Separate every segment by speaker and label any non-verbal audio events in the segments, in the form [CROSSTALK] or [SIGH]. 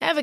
Speaker 1: Ever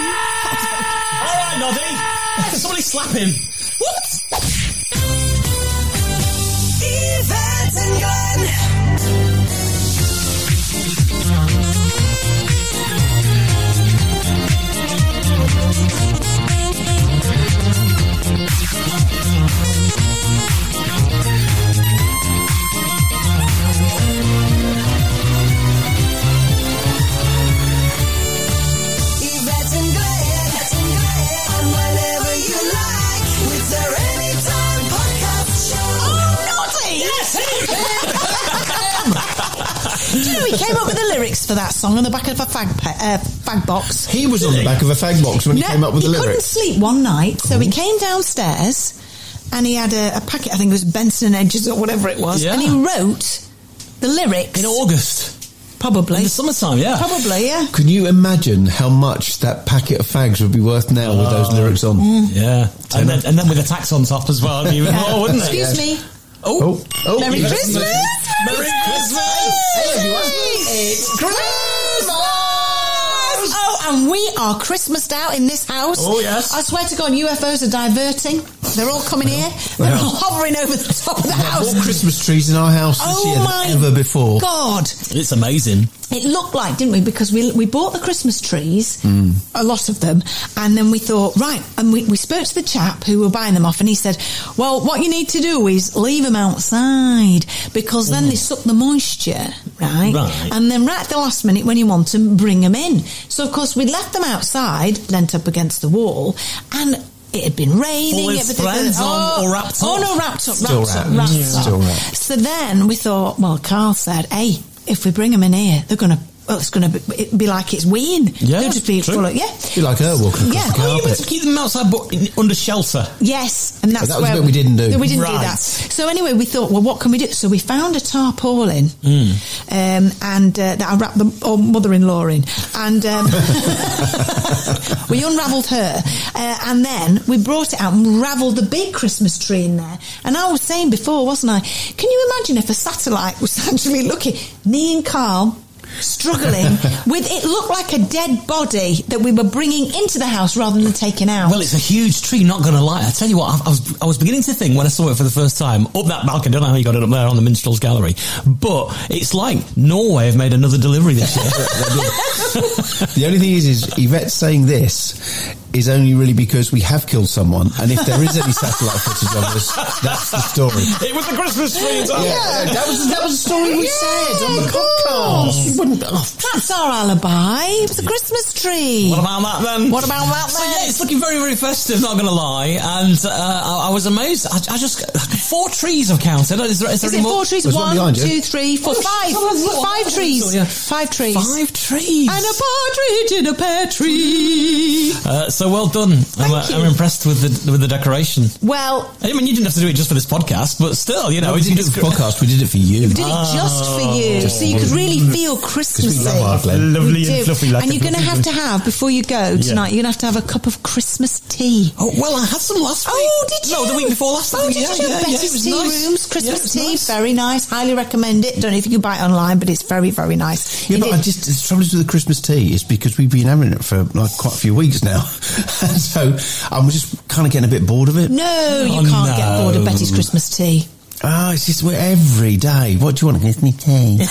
Speaker 2: All right, Noddy. [LAUGHS] Somebody slap him. What?
Speaker 3: Yvette and Glenn. Yvette and Glenn. And whenever you like, with their anytime podcast show.
Speaker 4: Do you know he came up with the lyrics for that song on the back of a fag pe- uh, fag box?
Speaker 5: He was on the back of a fag box when he came up with the
Speaker 4: couldn't
Speaker 5: lyrics. Oh.
Speaker 4: sleep one night, so he came downstairs and he had a, a packet. I think it was Benson and Edges or whatever it was,
Speaker 2: Yeah.
Speaker 4: and he wrote the lyrics.
Speaker 2: In August.
Speaker 4: probably,
Speaker 2: In the summertime,
Speaker 5: [LAUGHS]
Speaker 2: yeah.
Speaker 4: probably, yeah.
Speaker 5: Can you imagine how much that packet of fags would be worth now with those lyrics on?
Speaker 2: Yeah. Oh. Mm. And then, and then with the tax on top as well. it'd
Speaker 5: [LAUGHS]
Speaker 2: be Even more, wouldn't it?
Speaker 4: Excuse me.
Speaker 2: Oh.
Speaker 5: Oh, oh,
Speaker 4: Merry
Speaker 5: yes.
Speaker 4: Christmas!
Speaker 2: Merry Christmas!
Speaker 5: Hello, everyone.
Speaker 4: It's Christmas! Oh, and we are Christmased out in this house.
Speaker 2: Oh, yes.
Speaker 4: I swear to God, UFOs are diverting. They're all coming here. They're all [LAUGHS] hovering over the top of the house.
Speaker 5: More Christmas trees in our house this
Speaker 4: Oh
Speaker 5: year
Speaker 4: my
Speaker 5: than ever before.
Speaker 4: God,
Speaker 2: It's amazing.
Speaker 4: it looked like, didn't we? Because we we bought the Christmas trees,
Speaker 2: Mm.
Speaker 4: a lot of them, and then we thought, right, and we, we spoke to the chap who were buying them off, and he said, well, what you need to do is leave them outside because then they suck the moisture, right?
Speaker 2: Right.
Speaker 4: And then right at the last minute when you want them, bring them in. So of course we left them outside, leant up against the wall, and. It had been raining.
Speaker 2: All his
Speaker 4: everything-
Speaker 2: friends on
Speaker 4: oh,
Speaker 2: or wrapped
Speaker 4: Oh
Speaker 2: up?
Speaker 4: no, wrapped up, wrapped
Speaker 5: Still
Speaker 4: up,
Speaker 5: wrapped,
Speaker 4: wrapped
Speaker 5: yeah.
Speaker 4: up.
Speaker 5: Still wrapped.
Speaker 4: So then we thought, well, Carl said, hey, if we bring them in here, they're going to, well, it's going to be, it'd be like it's wean.
Speaker 2: Yeah,
Speaker 4: They'll just be
Speaker 2: true.
Speaker 4: full of, yeah.
Speaker 5: Be like her walking across
Speaker 4: Yeah.
Speaker 5: the
Speaker 2: Oh, you meant
Speaker 5: carpet.
Speaker 2: to keep them outside, but in, under shelter.
Speaker 4: Yes, and that's
Speaker 5: That was
Speaker 4: where
Speaker 5: what we didn't do.
Speaker 4: We didn't do
Speaker 2: Right.
Speaker 4: that. So anyway, we thought, well, what can we do? So we found a tarpaulin, um, and uh, that I wrapped the oh, mother-in-law in, and um, [LAUGHS] we unravelled her, uh, and then we brought it out and ravelled the big Christmas tree in there. And I was saying before, wasn't I? Can you imagine if a satellite was [LAUGHS] actually looking? Me and Carl.
Speaker 5: [LAUGHS]
Speaker 4: Struggling with it looked like a dead body that we were bringing into the house rather than taking out.
Speaker 2: Well, it's a huge tree, not going to lie. I tell you what, I, I, was, I was beginning to think when I saw it for the first time up that balcony. don't know how you got it up there on the Minstrels Gallery, but it's like Norway have made another delivery this
Speaker 5: [LAUGHS]
Speaker 2: year.
Speaker 5: The only thing is, is Yvette saying this is only really because we have killed someone, and if there is any satellite footage of us, that's the
Speaker 4: [LAUGHS]
Speaker 5: story.
Speaker 2: it was the Christmas tree as well.
Speaker 5: Yeah, that was that was a story we said on the podcast. You wouldn't. oh,
Speaker 4: That's our alibi. It was a Christmas tree.
Speaker 2: What about that then?
Speaker 4: What about that
Speaker 2: So
Speaker 4: then?
Speaker 2: yeah, it's looking very, very festive. Not going to lie, and uh, I, I was amazed. I, I just four trees I've counted. Is, there,
Speaker 4: Is
Speaker 2: is there
Speaker 4: it
Speaker 2: any
Speaker 4: four
Speaker 2: more?
Speaker 4: trees?
Speaker 5: There's one
Speaker 4: One,
Speaker 5: behind you.
Speaker 4: two, three, four,
Speaker 2: Oh,
Speaker 4: five.
Speaker 2: someone's looked-
Speaker 4: Five trees.
Speaker 2: Yeah.
Speaker 4: Five trees.
Speaker 2: Five trees.
Speaker 4: And a partridge in a pear tree.
Speaker 2: Uh, so well done. I'm, uh,
Speaker 4: you.
Speaker 2: I'm impressed with the with the decoration.
Speaker 4: Well,
Speaker 2: I mean, you didn't have to do it just for this podcast, but still, you know,
Speaker 5: we
Speaker 2: it's- Oh.
Speaker 5: didn't do it for the podcast. We did it for you.
Speaker 4: we
Speaker 5: Mm.
Speaker 4: did it just for
Speaker 2: Ah.
Speaker 4: you, so you could really feel
Speaker 5: Because we
Speaker 4: Christmassy.
Speaker 5: love our Glen.
Speaker 2: Lovely
Speaker 4: We
Speaker 2: and
Speaker 4: do.
Speaker 2: fluffy like
Speaker 4: and
Speaker 2: a
Speaker 4: you're going to
Speaker 2: fluffy
Speaker 4: have to have before you go tonight. You're going to have to have a cup of Christmas tea.
Speaker 2: Oh well, I had some last week.
Speaker 4: Oh, did you?
Speaker 2: No, the week before last. I
Speaker 4: Oh,
Speaker 2: think.
Speaker 4: did you? Better Yes,
Speaker 2: it was
Speaker 4: tea
Speaker 2: nice.
Speaker 4: rooms,
Speaker 2: Yeah, it
Speaker 4: Christmas
Speaker 2: was
Speaker 4: tea,
Speaker 2: nice.
Speaker 4: very nice. Highly recommend it. Don't know if you can buy it online, but it's very, very nice.
Speaker 5: Yeah,
Speaker 4: It
Speaker 5: but
Speaker 4: is- [GASPS]
Speaker 5: I just the trouble is with the Christmas tea is because we've been having it for like quite a few weeks now, [LAUGHS] and so I'm just kind of getting a bit bored of it.
Speaker 4: no, you
Speaker 2: Oh,
Speaker 4: can't get bored of
Speaker 2: no.
Speaker 4: Betty's Christmas tea.
Speaker 5: Ah, it's just we're every day. What do you want? Christmas
Speaker 4: [LAUGHS]
Speaker 5: tea.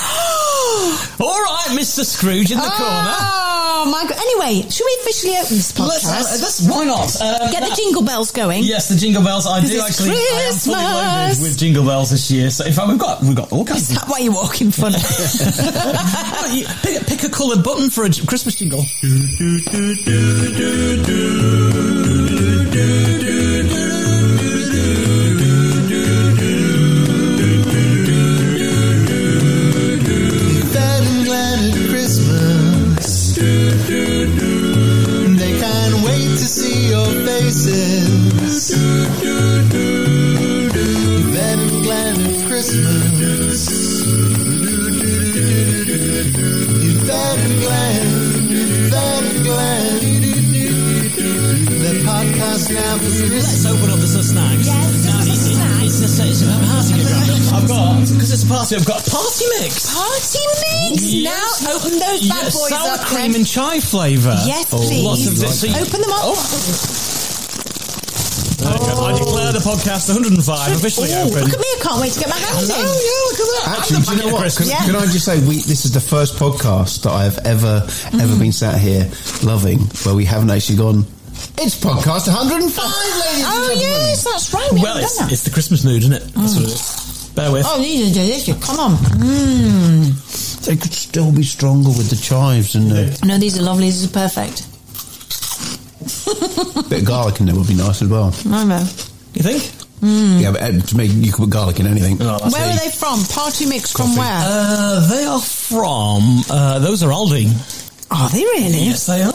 Speaker 2: All right, Mr. Scrooge in the corner.
Speaker 4: Oh my god! Anyway, should we officially open this
Speaker 2: Let's, uh,
Speaker 4: podcast?
Speaker 2: let's- why not? Um,
Speaker 4: Get the jingle bells going.
Speaker 2: Yes, the jingle bells. I do
Speaker 4: This is
Speaker 2: actually. I am fully loaded
Speaker 4: Christmas.
Speaker 2: with jingle bells this year. So in fact, we've got we've got all
Speaker 4: Is
Speaker 2: kinds. Of,
Speaker 4: that why you're walking funny?
Speaker 2: [LAUGHS] You pick, pick a coloured button for a j- Christmas jingle.
Speaker 6: That and glad at Christmas. They can't wait to see your faces. That and glad at Christmas. That and glad, that and glad. The podcast now is
Speaker 2: Let's open up the sus snags. Yes, it's, it's, it's about party get round up. I've got because it's a party. I've got a party mix.
Speaker 4: Party mix
Speaker 2: Yes.
Speaker 4: now. Open those bad
Speaker 2: Yes,
Speaker 4: boys
Speaker 2: sour
Speaker 4: up.
Speaker 2: cream
Speaker 4: then.
Speaker 2: and chai flavour.
Speaker 4: Yes,
Speaker 2: Oh, Lots of Oh,
Speaker 4: please.
Speaker 2: this. so you-
Speaker 4: Open them up.
Speaker 2: There you go. I declare the podcast 105 officially
Speaker 4: Ooh,
Speaker 2: open.
Speaker 4: look at me! I can't wait to get my hands in.
Speaker 2: look at
Speaker 5: Actually, do you know what? Can,
Speaker 4: Yeah.
Speaker 5: can I just say, we, this is the first podcast that I have ever, ever been sat here loving where we haven't actually gone. It's podcast 105,
Speaker 4: Oh
Speaker 5: ladies and gentlemen.
Speaker 4: yes, that's right. We
Speaker 2: Well,
Speaker 4: haven't
Speaker 2: it's,
Speaker 4: done that.
Speaker 2: it's the Christmas mood, isn't it? That's what it is. Bear with.
Speaker 4: Oh, these are delicious. Come on. Mm.
Speaker 5: Hmm. They could still be stronger with the chives and the
Speaker 4: No, these are lovely. These are perfect. [LAUGHS]
Speaker 5: bit of garlic in there would be nice as well.
Speaker 4: I know.
Speaker 2: You think?
Speaker 5: Yeah, but uh, to me, you could put garlic in anything.
Speaker 2: Oh, that's
Speaker 4: Where
Speaker 2: it.
Speaker 4: are they from? Party mix from where?
Speaker 2: Uh, they are from. Uh, those are Aldi.
Speaker 4: Are they really?
Speaker 2: Yes, they are.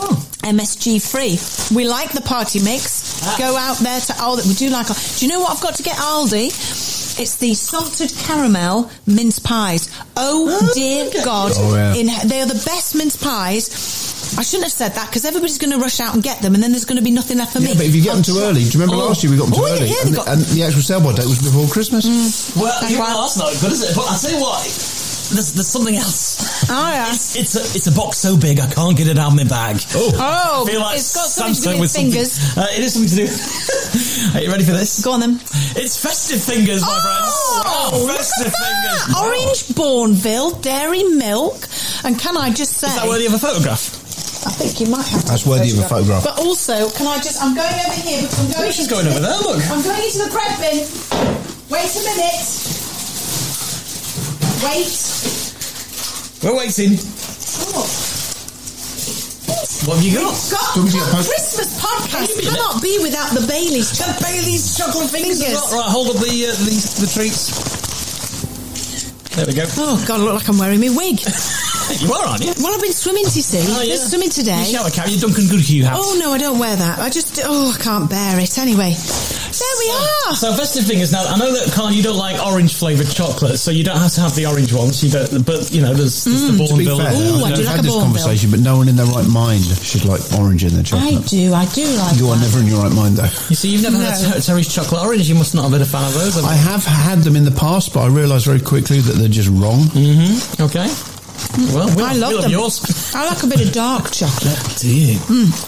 Speaker 4: MSG free. We like the party mix.
Speaker 2: Ah.
Speaker 4: Go out there to Aldi. We do like. Al- Do you know what I've got to get Aldi? It's the salted caramel mince pies. Oh,
Speaker 2: Oh,
Speaker 4: dear
Speaker 2: okay.
Speaker 4: God!
Speaker 5: Oh, yeah.
Speaker 4: In, they are the best mince pies. I shouldn't have said that because everybody's going to rush out and get them, and then there's going to be nothing left for
Speaker 5: Yeah,
Speaker 4: me.
Speaker 5: but if you get them too
Speaker 4: I'll-
Speaker 5: early, do you remember
Speaker 4: Oh.
Speaker 5: last year we got them too
Speaker 4: Oh, yeah,
Speaker 5: early?
Speaker 4: yeah,
Speaker 5: and,
Speaker 4: they
Speaker 5: the,
Speaker 4: got- Hmm.
Speaker 5: and the actual sell by date was before Christmas.
Speaker 2: Well,
Speaker 4: you.
Speaker 2: you know, that's not good, is it? But I'll tell you what, there's, there's something else.
Speaker 4: Oh, yeah.
Speaker 2: It's, it's, a, it's a box so big I can't get it out of my bag.
Speaker 4: Oh,
Speaker 2: I feel like
Speaker 4: it's got something to do
Speaker 2: Santa
Speaker 4: with
Speaker 2: with something-
Speaker 4: fingers.
Speaker 2: Uh, it is something to do. [LAUGHS] Are you ready for this?
Speaker 4: Go on then.
Speaker 2: It's festive fingers, my
Speaker 4: Oh,
Speaker 2: friends.
Speaker 4: look
Speaker 2: festive
Speaker 4: at that.
Speaker 2: fingers.
Speaker 4: Orange Bourneville dairy milk, and can I just say?
Speaker 2: Is that worthy of a photograph?
Speaker 4: I think you might have. To
Speaker 5: That's worthy of a photograph.
Speaker 4: But also, can I just? I'm going over here because I'm going.
Speaker 2: Oh, she's going over there, look.
Speaker 4: I'm going into the bread bin. Wait a minute. Wait.
Speaker 2: We're waiting.
Speaker 4: Oh,
Speaker 2: What have you got?
Speaker 4: God,
Speaker 5: Don't you
Speaker 4: the
Speaker 5: post-
Speaker 4: Christmas podcast
Speaker 2: minute.
Speaker 4: cannot be without the Baileys.
Speaker 2: The Bailey's chocolate
Speaker 4: fingers.
Speaker 2: Right, hold up the, uh, the the
Speaker 4: Hmm.
Speaker 2: treats. There we go.
Speaker 4: Oh God, I look like I'm wearing my wig.
Speaker 2: [LAUGHS] You are, aren't you?
Speaker 4: Well, I've been swimming, do you see.
Speaker 2: Oh,
Speaker 4: I've
Speaker 2: yeah.
Speaker 4: been swimming
Speaker 2: You
Speaker 4: today.
Speaker 2: shower cap, your Duncan Goodhue hat.
Speaker 4: Oh no, I don't wear that. I just oh, I can't bear it. Anyway, there we are.
Speaker 2: So festive fingers. Now I know that Carl, you don't like orange flavored chocolate, so you don't have to have the orange ones. You don't, but you know, there's, there's
Speaker 5: To
Speaker 2: the
Speaker 5: be
Speaker 2: Bourneville.
Speaker 5: fair,
Speaker 4: Ooh, I
Speaker 5: I've
Speaker 4: do like
Speaker 5: had
Speaker 4: a
Speaker 5: this
Speaker 4: Bourneville.
Speaker 5: conversation, but no one in their right mind should like orange in
Speaker 4: I
Speaker 5: their chocolate.
Speaker 4: do, I do like.
Speaker 5: You are
Speaker 4: that.
Speaker 5: never in your right mind, though.
Speaker 2: You see, you've never had a Ter- Terry's chocolate orange. You must not have been a fan of those. have
Speaker 5: I have had them in the past, but I realised very quickly that they're just wrong.
Speaker 2: you? Mhm. Okay. Well, we'll,
Speaker 4: Hmm. I love
Speaker 2: we'll have
Speaker 4: them.
Speaker 2: yours.
Speaker 4: I like a bit of dark chocolate. Hmm,
Speaker 2: Do you?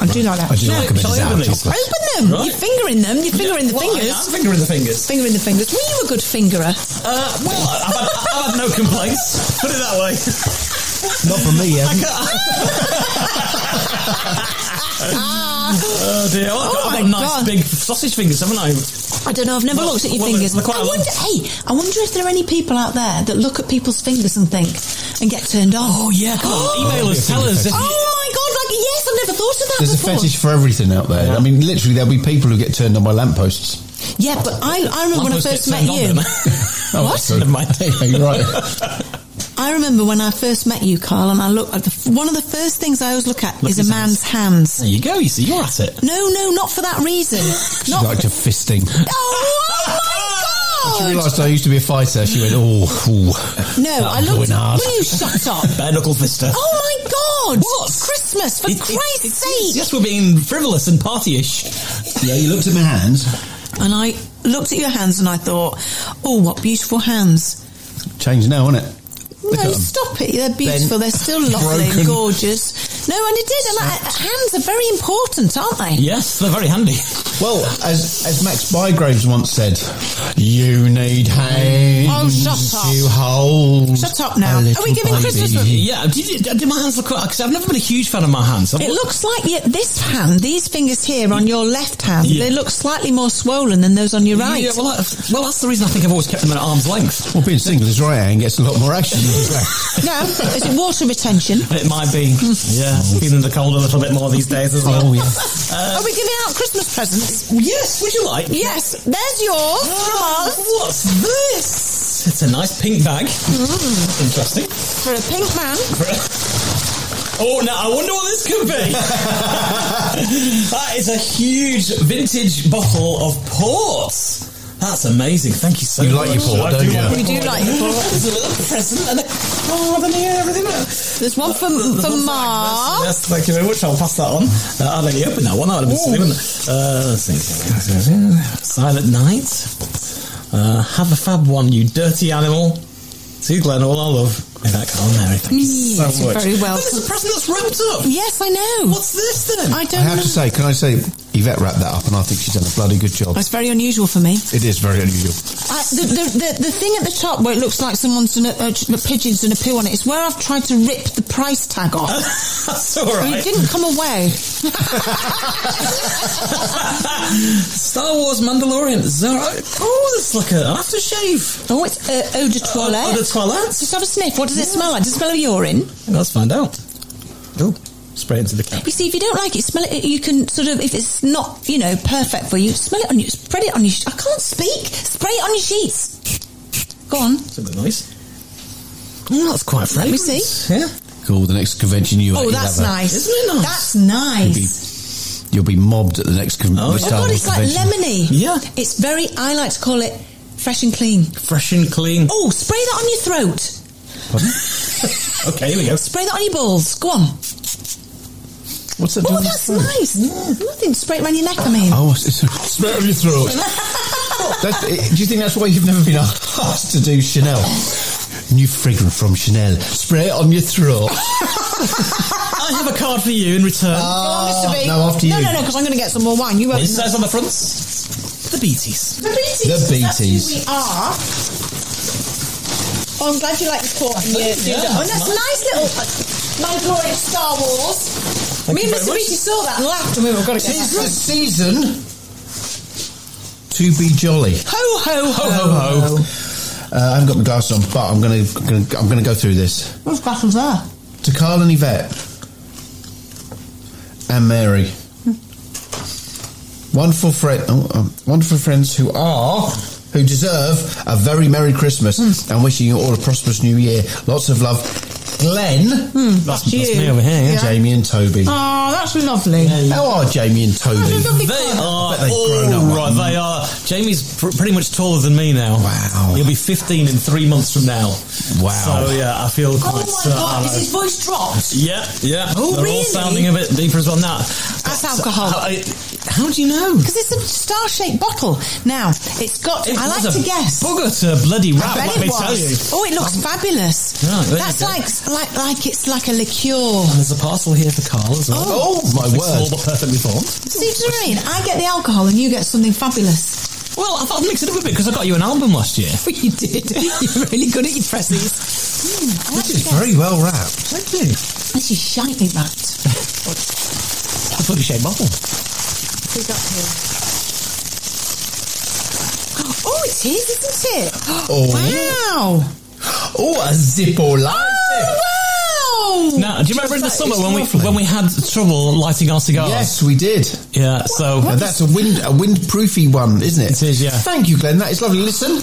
Speaker 4: I do like that.
Speaker 5: I do like a bit
Speaker 2: shall
Speaker 5: of
Speaker 2: I
Speaker 5: sour
Speaker 2: open these?
Speaker 5: chocolate.
Speaker 4: Open them.
Speaker 2: Right.
Speaker 4: You're fingering them. You're fingering the
Speaker 2: Well, I
Speaker 4: fingers.
Speaker 2: am fingering the fingers.
Speaker 4: Fingering the fingers. Were you a good fingerer?
Speaker 2: Uh, well, I've had, I've had no complaints. Put it that way.
Speaker 5: Not for me, yeah.
Speaker 2: I
Speaker 4: [LAUGHS]
Speaker 2: can't. oh dear! Well, I've,
Speaker 4: Oh
Speaker 2: got, I've
Speaker 4: my
Speaker 2: got nice
Speaker 4: God.
Speaker 2: big sausage fingers, haven't I?
Speaker 4: I don't know. I've never
Speaker 2: Well,
Speaker 4: looked at your
Speaker 2: well,
Speaker 4: fingers.
Speaker 2: they're quite
Speaker 4: I wonder. Hey, I wonder if there are any people out there that look at people's fingers and think and get turned on.
Speaker 2: Oh yeah,
Speaker 4: [GASPS]
Speaker 2: come on. Email us, tell us. If you-
Speaker 4: Oh my god! Like yes, I've never thought of that
Speaker 5: There's a
Speaker 4: before.
Speaker 5: fetish for everything out there. I mean, literally, there'll be people who get turned on by lampposts.
Speaker 4: Yeah, but I, I remember when I
Speaker 2: Lampposts
Speaker 4: first met
Speaker 2: get turned on
Speaker 4: you.
Speaker 2: then.
Speaker 5: [LAUGHS] What?
Speaker 2: Never mind.
Speaker 5: Oh, [LAUGHS] Yeah, you're right.
Speaker 4: I remember when I first met you, Carl, and I look at the, one of the first things I always look at
Speaker 2: Look
Speaker 4: is
Speaker 2: at his
Speaker 4: a man's hands.
Speaker 2: There you go. You see, you're at it.
Speaker 4: No, no, not for that reason.
Speaker 2: [LAUGHS]
Speaker 5: She's
Speaker 4: not.
Speaker 5: like to fisting.
Speaker 4: oh
Speaker 5: She
Speaker 4: my god!
Speaker 5: realised I used to be a fighter. She went, oh, ooh.
Speaker 4: No, I
Speaker 5: I'm
Speaker 4: looked.
Speaker 5: going hard.
Speaker 4: Will you shut
Speaker 2: [LAUGHS]
Speaker 4: up?
Speaker 2: Bare knuckle fister.
Speaker 4: Oh my god!
Speaker 2: What?
Speaker 4: Christmas for
Speaker 2: It- it-
Speaker 4: Christ's
Speaker 2: it is.
Speaker 4: sake!
Speaker 2: Yes, we're being frivolous and partyish.
Speaker 5: Yeah, you looked at my hands.
Speaker 4: And I looked at your hands and I thought, oh, what beautiful hands.
Speaker 5: Change now, isn't it? Look
Speaker 4: no,
Speaker 5: at 'em.
Speaker 4: stop it. They're beautiful. They're still lovely,
Speaker 5: broken.
Speaker 4: and gorgeous. No, and it did. And I, hands are very important, aren't they?
Speaker 2: Yes, they're very handy.
Speaker 5: Well, as as Max Bygraves once said, you need hands
Speaker 4: Oh, shut up.
Speaker 5: to hold.
Speaker 4: Shut up now.
Speaker 5: a
Speaker 4: Are we
Speaker 5: little
Speaker 4: giving Christmas
Speaker 5: baby.
Speaker 4: presents?
Speaker 2: Yeah, did, you, did my hands look Because I've never been a huge fan of my hands. I've-
Speaker 4: It looks like you, this hand, these fingers here on your left hand,
Speaker 2: Yeah.
Speaker 4: they look slightly more swollen than those on your right.
Speaker 2: Yeah, well,
Speaker 4: [LAUGHS]
Speaker 2: that's, well, that's the reason I think I've always kept them at arm's length.
Speaker 5: Well, being single is right, and gets a lot more
Speaker 2: [LAUGHS]
Speaker 5: action. than his left.
Speaker 4: no, is it water retention?
Speaker 2: It might be, yeah, feeling the cold a little bit more these days as well.
Speaker 5: oh yeah.
Speaker 4: Are we giving out Christmas presents?
Speaker 2: Uh, Yes, would you like?
Speaker 4: Yes, there's yours from
Speaker 2: Oh,
Speaker 4: us
Speaker 2: What's this? It's a nice pink bag.
Speaker 5: Mm.
Speaker 2: Interesting.
Speaker 4: for a pink man.
Speaker 2: [LAUGHS] Oh, now I wonder what this could be. [LAUGHS] that is a huge vintage bottle of port. That's amazing. Thank you so
Speaker 5: You
Speaker 2: much.
Speaker 5: like your port,
Speaker 2: I do
Speaker 5: don't you?
Speaker 2: Like
Speaker 4: We do like your port.
Speaker 2: There's a little present and a card and here, everything.
Speaker 4: There's one
Speaker 2: [LAUGHS]
Speaker 4: for, for Ma.
Speaker 2: Yes, thank you very much. I'll pass that on. Uh, I'll let you open that one. That would have
Speaker 4: Oh.
Speaker 2: been silly, wouldn't it? Uh, let's see. Silent Night. Uh, have a fab one, you dirty animal. To Glenn, all I love. Is that Carl Mary? Thank you so
Speaker 4: Yes, you're
Speaker 2: much.
Speaker 4: very welcome.
Speaker 2: Look, There's a present that's wrapped up.
Speaker 4: Yes, I know.
Speaker 2: What's this then?
Speaker 4: I
Speaker 5: I
Speaker 4: don't
Speaker 5: have
Speaker 4: know.
Speaker 5: to say, can I say, Yvette wrapped that up, and I think she's done a bloody good job.
Speaker 4: That's very unusual for me.
Speaker 5: It is very unusual.
Speaker 4: I, the, the, the, the thing at the top where it looks like someone's done a, uh, pigeon's done a poo on it is where I've tried to rip the price tag
Speaker 2: [LAUGHS]
Speaker 4: off.
Speaker 2: That's all
Speaker 4: But
Speaker 2: right.
Speaker 4: it didn't come away.
Speaker 2: [LAUGHS] Star Wars Mandalorian. Zorro. Oh, it's like an aftershave.
Speaker 4: Oh, it's uh, eau de toilette.
Speaker 2: Oh, eau de toilette.
Speaker 4: Just have a sniff. What does it smell like? Does it smell of urine?
Speaker 2: Let's find out. Oh, spray it into the cap.
Speaker 4: You see, if you don't like it, smell it. You can sort of, if it's not, you know, perfect for you, smell it on you. Spread it on your. I can't speak. Spray it on your sheets. Go on.
Speaker 2: Something nice. Oh, that's
Speaker 4: Let
Speaker 2: quite fragrant.
Speaker 4: me
Speaker 2: Yeah.
Speaker 5: Cool. The next convention you.
Speaker 4: Oh,
Speaker 5: you'll
Speaker 4: that's
Speaker 5: have a-
Speaker 4: nice.
Speaker 2: Isn't it nice?
Speaker 4: That's nice.
Speaker 5: You'll be mobbed at the next con-
Speaker 2: Oh,
Speaker 4: Oh
Speaker 5: the
Speaker 2: yeah.
Speaker 5: Star
Speaker 4: God,
Speaker 5: Wars
Speaker 4: it's like
Speaker 5: convention.
Speaker 4: lemony.
Speaker 2: Yeah.
Speaker 4: It's very. I like to call it fresh and clean.
Speaker 2: Fresh and clean.
Speaker 4: Oh, spray that on your throat.
Speaker 2: [LAUGHS] Okay, here we go.
Speaker 4: Spray that on your balls. Go on.
Speaker 5: What's that?
Speaker 4: Oh,
Speaker 5: doing?
Speaker 4: that's nice. Nothing. Spray it around your neck. I mean.
Speaker 5: Oh, it's, it's straight on your throat. That's, eh, do you think that's why you've never been asked to do Chanel? New fragrance from Chanel. Spray it on your throat.
Speaker 2: I have a card for you in return. Ah,
Speaker 4: Go on, Mr. B.
Speaker 5: no, after
Speaker 4: No,
Speaker 5: you.
Speaker 4: no, no, because I'm going to get some more wine. You won't.
Speaker 2: it says on the front, the Beaties.
Speaker 4: The Beaties.
Speaker 5: The
Speaker 4: That's who
Speaker 5: Beaties.
Speaker 4: we are. Oh, I'm glad you like the port. and your-
Speaker 2: Yeah,
Speaker 4: Oh, and that's
Speaker 2: nice.
Speaker 4: a nice little. My glory of Star Wars. Me and
Speaker 2: you very
Speaker 4: Mr.
Speaker 2: much.
Speaker 4: Beatty saw that and laughed, and we were going to get
Speaker 5: Tis
Speaker 4: that.
Speaker 5: the season to be jolly.
Speaker 4: Ho ho ho
Speaker 5: ho. Uh, I haven't got my glasses on, but I'm going to I'm going to go through this.
Speaker 4: What's battles there?
Speaker 5: to Carl and Yvette and Mary.
Speaker 2: Hmm.
Speaker 5: Wonderful friend, oh, um, wonderful friends who are who deserve a very merry Christmas
Speaker 2: Hmm.
Speaker 5: and wishing you all a prosperous new year. Lots of love, Glenn,
Speaker 4: Hmm.
Speaker 2: That's,
Speaker 4: you.
Speaker 2: that's me over here. Yeah.
Speaker 5: Jamie, and Toby.
Speaker 4: Oh, that's lovely.
Speaker 5: How are Jamie and Toby?
Speaker 4: That's a lovely
Speaker 2: They
Speaker 4: colour.
Speaker 2: are
Speaker 5: bet they've grown up,
Speaker 2: all right.
Speaker 5: haven't
Speaker 2: They are. Jamie's pr- pretty much taller than me now.
Speaker 5: Wow.
Speaker 2: He'll be 15 in three months from now.
Speaker 5: Wow.
Speaker 2: So yeah, I feel
Speaker 4: Oh
Speaker 2: quite.
Speaker 4: my God,
Speaker 2: uh,
Speaker 4: is his voice dropped?
Speaker 2: yeah, yeah.
Speaker 4: Oh,
Speaker 2: They're all
Speaker 4: really?
Speaker 2: sounding a bit deeper as well now.
Speaker 4: That's alcohol.
Speaker 2: How, I- how do you know?
Speaker 4: Because it's a star shaped bottle. Now, it's got.
Speaker 2: It
Speaker 4: I like
Speaker 2: was a
Speaker 4: to guess.
Speaker 2: Bugger to a bloody
Speaker 4: I
Speaker 2: rap,
Speaker 4: bet
Speaker 2: let
Speaker 4: it
Speaker 2: me tell you.
Speaker 4: was. Oh, it looks fabulous.
Speaker 2: Yeah, there you
Speaker 4: That's
Speaker 2: go.
Speaker 4: like, like like it's like a liqueur.
Speaker 2: There's a parcel here for Carl as well.
Speaker 5: Oh, my
Speaker 2: It's
Speaker 5: word.
Speaker 2: Small but perfectly formed.
Speaker 4: See what I mean? I get the alcohol and you get something fabulous. [LAUGHS]
Speaker 2: Well, I thought I'd mix it up a bit because I got you an album last year.
Speaker 4: But you did. [LAUGHS] You're really good at your presents.
Speaker 2: Hmm,
Speaker 5: This is very well
Speaker 4: [LAUGHS]
Speaker 5: wrapped.
Speaker 2: Thank you.
Speaker 4: This is shiny wrapped.
Speaker 2: That's a fully shaped bottle.
Speaker 4: We got here. Oh, it is, isn't it?
Speaker 5: Oh.
Speaker 4: Wow.
Speaker 5: Oh, a Zippo light.
Speaker 4: Oh, [GASPS] wow.
Speaker 2: Now, do you remember in the
Speaker 5: That
Speaker 2: summer
Speaker 5: is
Speaker 2: when we
Speaker 5: lovely.
Speaker 2: when we had trouble lighting our cigars?
Speaker 5: Yes, we did.
Speaker 2: Yeah. So
Speaker 5: And that's a wind a windproofy one, isn't it?
Speaker 2: It is, yeah.
Speaker 5: Thank you, Glenn. That is lovely. Listen.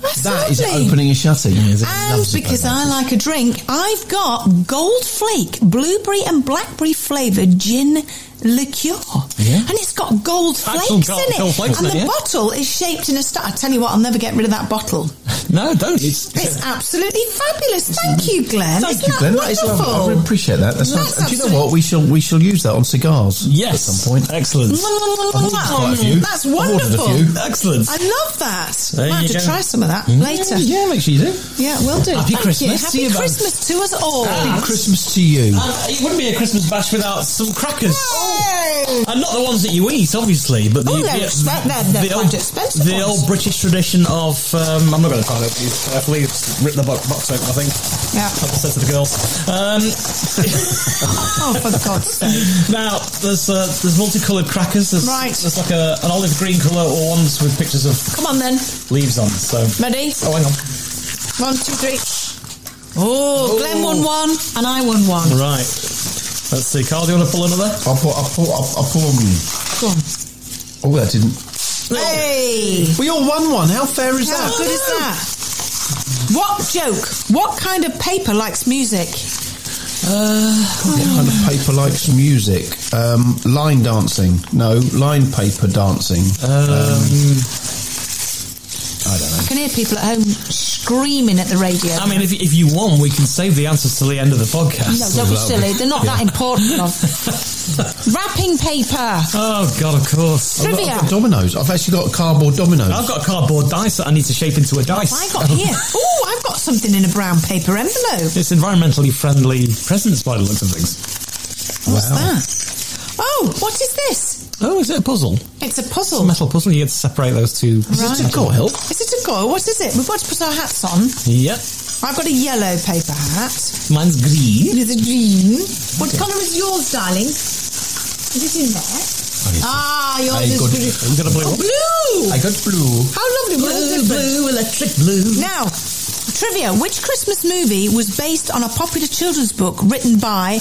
Speaker 4: That's
Speaker 5: That is
Speaker 4: lovely.
Speaker 5: opening and shutting.
Speaker 4: And because I like a drink, I've got Gold Flake blueberry and blackberry flavoured gin liqueur.
Speaker 2: Yeah.
Speaker 4: And it's got gold flakes
Speaker 2: Actual gold-
Speaker 4: in it.
Speaker 2: gold flakes
Speaker 4: and
Speaker 2: in it,
Speaker 4: the
Speaker 2: yeah.
Speaker 4: bottle is shaped in a star. I tell you what, I'll never get rid of that bottle.
Speaker 2: No, don't. It's,
Speaker 4: It's absolutely fabulous. Thank you, Glenn.
Speaker 2: Thank
Speaker 4: Isn't
Speaker 2: you,
Speaker 4: that
Speaker 5: Glenn, that is
Speaker 4: wonderful?
Speaker 5: lovely. I really appreciate that. That's
Speaker 4: That's
Speaker 5: nice. And do you know
Speaker 4: absolute-
Speaker 5: what? We shall we shall use that on cigars
Speaker 2: yes.
Speaker 5: at some point.
Speaker 2: Excellent.
Speaker 5: Quite a few.
Speaker 4: Mm-hmm. That's
Speaker 5: I've ordered a
Speaker 4: wonderful.
Speaker 5: few.
Speaker 2: Excellent.
Speaker 4: I love that.
Speaker 2: There
Speaker 4: Might
Speaker 2: you
Speaker 4: have to
Speaker 2: go. Mm.
Speaker 4: try some of that later. Yeah,
Speaker 5: Yeah, make sure you do.
Speaker 4: we'll do.
Speaker 2: Happy
Speaker 4: Thank
Speaker 2: Christmas.
Speaker 4: You.
Speaker 2: See you,
Speaker 4: Happy
Speaker 2: man.
Speaker 4: Christmas to us all.
Speaker 5: Happy Christmas to you.
Speaker 2: And Oh. Uh, it wouldn't be a Christmas bash without some crackers.
Speaker 4: Yay!
Speaker 2: And not the ones that you eat, obviously, but the,
Speaker 4: Oh, they're
Speaker 2: the,
Speaker 4: expe- they're- they're
Speaker 2: the
Speaker 4: quite
Speaker 2: old,
Speaker 4: expensive
Speaker 2: the
Speaker 4: ones.
Speaker 2: old British tradition of um, I'm not going to try it up. Please, carefully, it's ripped the bo- box open. I think.
Speaker 4: Yeah.
Speaker 2: I've said to the girls. Um,
Speaker 4: [LAUGHS] Oh, for God's sake.
Speaker 2: now there's uh, there's multicoloured crackers. There's,
Speaker 4: Right.
Speaker 2: There's like a, an olive green colour or ones with pictures of
Speaker 4: Come on then.
Speaker 2: leaves on. So.
Speaker 4: Ready?
Speaker 2: Oh, hang on.
Speaker 4: One, two, three. Oh, Glenn won one and I won one.
Speaker 2: Right. Let's see. Carl, do you want to pull another?
Speaker 5: I'll pour. I'll pour. I'll, I'll pour one.
Speaker 4: Go on.
Speaker 5: Oh, that didn't.
Speaker 4: Hey!
Speaker 5: We all won one. How fair is
Speaker 4: How
Speaker 5: that?
Speaker 4: good is that? What joke? What kind of paper likes music?
Speaker 5: What kind of paper likes music? Um, line dancing. No, line paper dancing.
Speaker 2: Um,
Speaker 5: I don't know.
Speaker 4: I can hear people at home screaming at the radio.
Speaker 2: I mean, if, if you want, we can save the answers till the end of the podcast.
Speaker 4: no, don't be silly. They're not that important. love.
Speaker 5: [LAUGHS]
Speaker 4: Wrapping paper.
Speaker 2: Oh God, of course.
Speaker 5: I've got-
Speaker 4: Trivia.
Speaker 5: I've got dominoes. I've actually got cardboard dominoes.
Speaker 2: I've got a cardboard dice that I need to shape into a dice.
Speaker 4: I got
Speaker 2: [LAUGHS]
Speaker 4: here. Oh, I've got something in a brown paper envelope.
Speaker 2: It's environmentally friendly presents by the looks of things.
Speaker 4: What's
Speaker 2: Wow.
Speaker 4: that? Oh, what is this?
Speaker 2: Oh, is it a puzzle?
Speaker 4: It's a
Speaker 2: A
Speaker 4: puzzle.
Speaker 2: metal puzzle. You get to separate those two.
Speaker 4: Right.
Speaker 2: Is it a coil?
Speaker 4: Is it a goal? What is it? We've got to put our hats on.
Speaker 2: Yep.
Speaker 4: I've got a yellow paper hat.
Speaker 2: Mine's green.
Speaker 4: It is a green. What colour is yours, darling? Is it in there? Ah, yours
Speaker 5: I
Speaker 4: is
Speaker 5: got,
Speaker 4: blue.
Speaker 2: We've got a blue
Speaker 4: Oh,
Speaker 2: one.
Speaker 4: blue!
Speaker 5: I got blue.
Speaker 4: How lovely. Blue, blue, electric blue. Now, trivia. Which Christmas movie was based on a popular children's book written by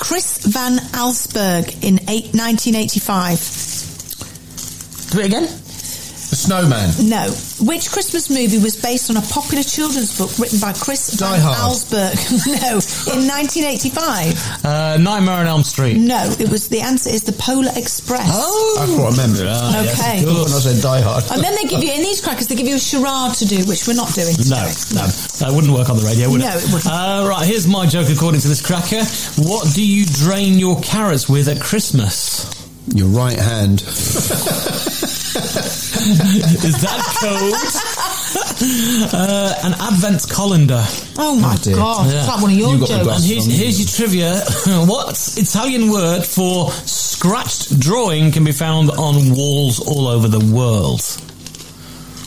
Speaker 4: Chris Van Allsburg in eight, 1985?
Speaker 2: Do it again.
Speaker 5: The snowman.
Speaker 4: No. Which Christmas movie was based on a popular children's book written by Chris
Speaker 5: Die
Speaker 4: Van
Speaker 5: Hard.
Speaker 4: Allsburg? [LAUGHS] no. In 1985?
Speaker 2: Uh, Nightmare on Elm Street.
Speaker 4: No. It was, the answer is The Polar Express.
Speaker 2: Oh!
Speaker 5: I can't remember.
Speaker 2: Ah, yes,
Speaker 4: Okay.
Speaker 2: of course.
Speaker 5: When I said Die Hard.
Speaker 4: And then they give you, in these crackers, they give you a charade to do, which we're not doing.
Speaker 2: No, [LAUGHS] no, that wouldn't work on the radio, would it?
Speaker 4: No, it wouldn't.
Speaker 2: Uh, right, here's my joke according to this cracker. What do you drain your carrots with at Christmas?
Speaker 5: Your right
Speaker 2: [LAUGHS]
Speaker 5: hand.
Speaker 2: Is that
Speaker 4: [LAUGHS]
Speaker 2: code? uh, an Advent calendar.
Speaker 4: Oh my
Speaker 5: dear.
Speaker 4: God.
Speaker 2: Yeah.
Speaker 4: It's like one of your
Speaker 5: You've got the
Speaker 4: jokes.
Speaker 5: glass.
Speaker 2: And here's, here's your trivia. [LAUGHS] what Italian word for scratched drawing can be found on walls all over the world?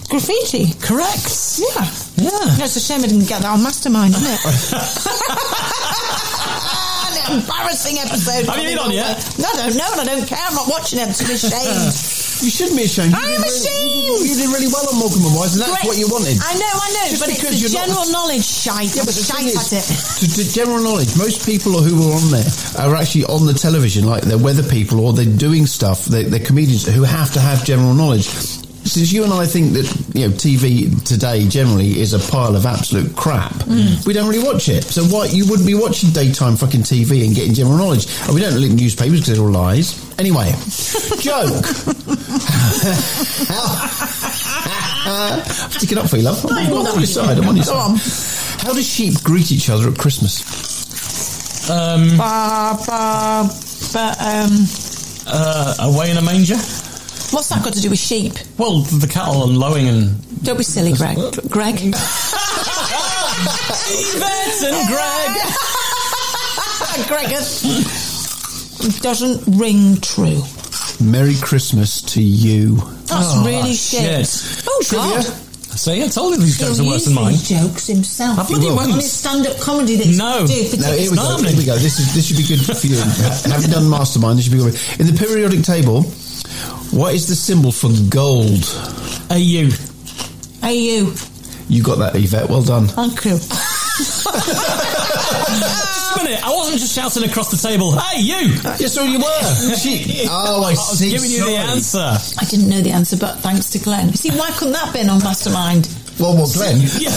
Speaker 4: Graffiti.
Speaker 2: Correct.
Speaker 4: Yeah.
Speaker 2: Yeah.
Speaker 4: No, it's a shame I didn't get that on Mastermind, isn't it?
Speaker 2: [LAUGHS]
Speaker 4: [LAUGHS] An Embarrassing episode.
Speaker 2: Have you been on yet?
Speaker 4: No, I don't know, and I don't care. I'm not watching it. I'm too ashamed.
Speaker 5: You shouldn't be ashamed. You
Speaker 4: I'm
Speaker 5: did
Speaker 4: ashamed!
Speaker 5: Really, you did really well on Malcolm and Wise, and that's
Speaker 4: Great.
Speaker 5: what you wanted.
Speaker 4: I know, I know,
Speaker 5: Just
Speaker 4: but
Speaker 5: because
Speaker 4: it's the
Speaker 5: you're not-
Speaker 4: general knowledge shite.
Speaker 5: Yeah,
Speaker 4: I'm
Speaker 5: but the
Speaker 4: shite
Speaker 5: thing is,
Speaker 4: at it.
Speaker 5: To, to general knowledge, most people who are on there are actually on the television, like they're weather people or they're doing stuff. They're, they're comedians who have to have general knowledge. Since you and I think that you know TV today generally is a pile of absolute crap, we don't really watch it. So why you wouldn't be watching daytime fucking TV and getting general knowledge? And we don't look at newspapers because they're all lies. Anyway, joke. I've taken up for you, love. I'm on your side. I'm on your side. How do sheep greet each other at Christmas?
Speaker 2: Um,
Speaker 4: Ba, ba, ba, um,
Speaker 2: uh, away in a manger.
Speaker 4: what's that got to do with sheep?
Speaker 2: Well, the cattle and lowing and
Speaker 4: Don't be silly, Greg.
Speaker 5: [LAUGHS]
Speaker 4: Greg?
Speaker 2: Yvette and
Speaker 5: [LAUGHS]
Speaker 2: Greg.
Speaker 4: Greg. It doesn't ring true.
Speaker 5: Merry Christmas to you.
Speaker 4: That's
Speaker 5: Ah,
Speaker 4: really shit. Oh,
Speaker 2: Trivia.
Speaker 4: God.
Speaker 2: So yeah, Ah, I told you these jokes are
Speaker 4: He'll
Speaker 2: worse
Speaker 4: use
Speaker 2: than mine.
Speaker 4: these jokes himself.
Speaker 2: I bloody
Speaker 4: On
Speaker 2: won't.
Speaker 4: his stand-up comedy that he's
Speaker 2: No.
Speaker 4: doing for
Speaker 5: No,
Speaker 4: tickets.
Speaker 5: here we go.
Speaker 2: Marvellous.
Speaker 5: Here we go. This is this should be good for you. [LAUGHS] Having done Mastermind, this should be good. In the periodic table, what is the symbol for gold?
Speaker 2: Are you?
Speaker 4: Hey, you.
Speaker 5: [LAUGHS] You got that, Yvette. Well done.
Speaker 4: Thank you.
Speaker 2: Just a minute. I wasn't just shouting across the table. Hey, you!
Speaker 5: Yes, so you
Speaker 2: [LAUGHS]
Speaker 5: were. She- oh, I
Speaker 2: I was
Speaker 5: see.
Speaker 2: giving you
Speaker 5: Sorry.
Speaker 2: the answer.
Speaker 4: I didn't know the answer, but thanks [LAUGHS] to Glenn. You see, why couldn't that have been on Mastermind?
Speaker 5: Well, well, Glenn.
Speaker 2: Yeah.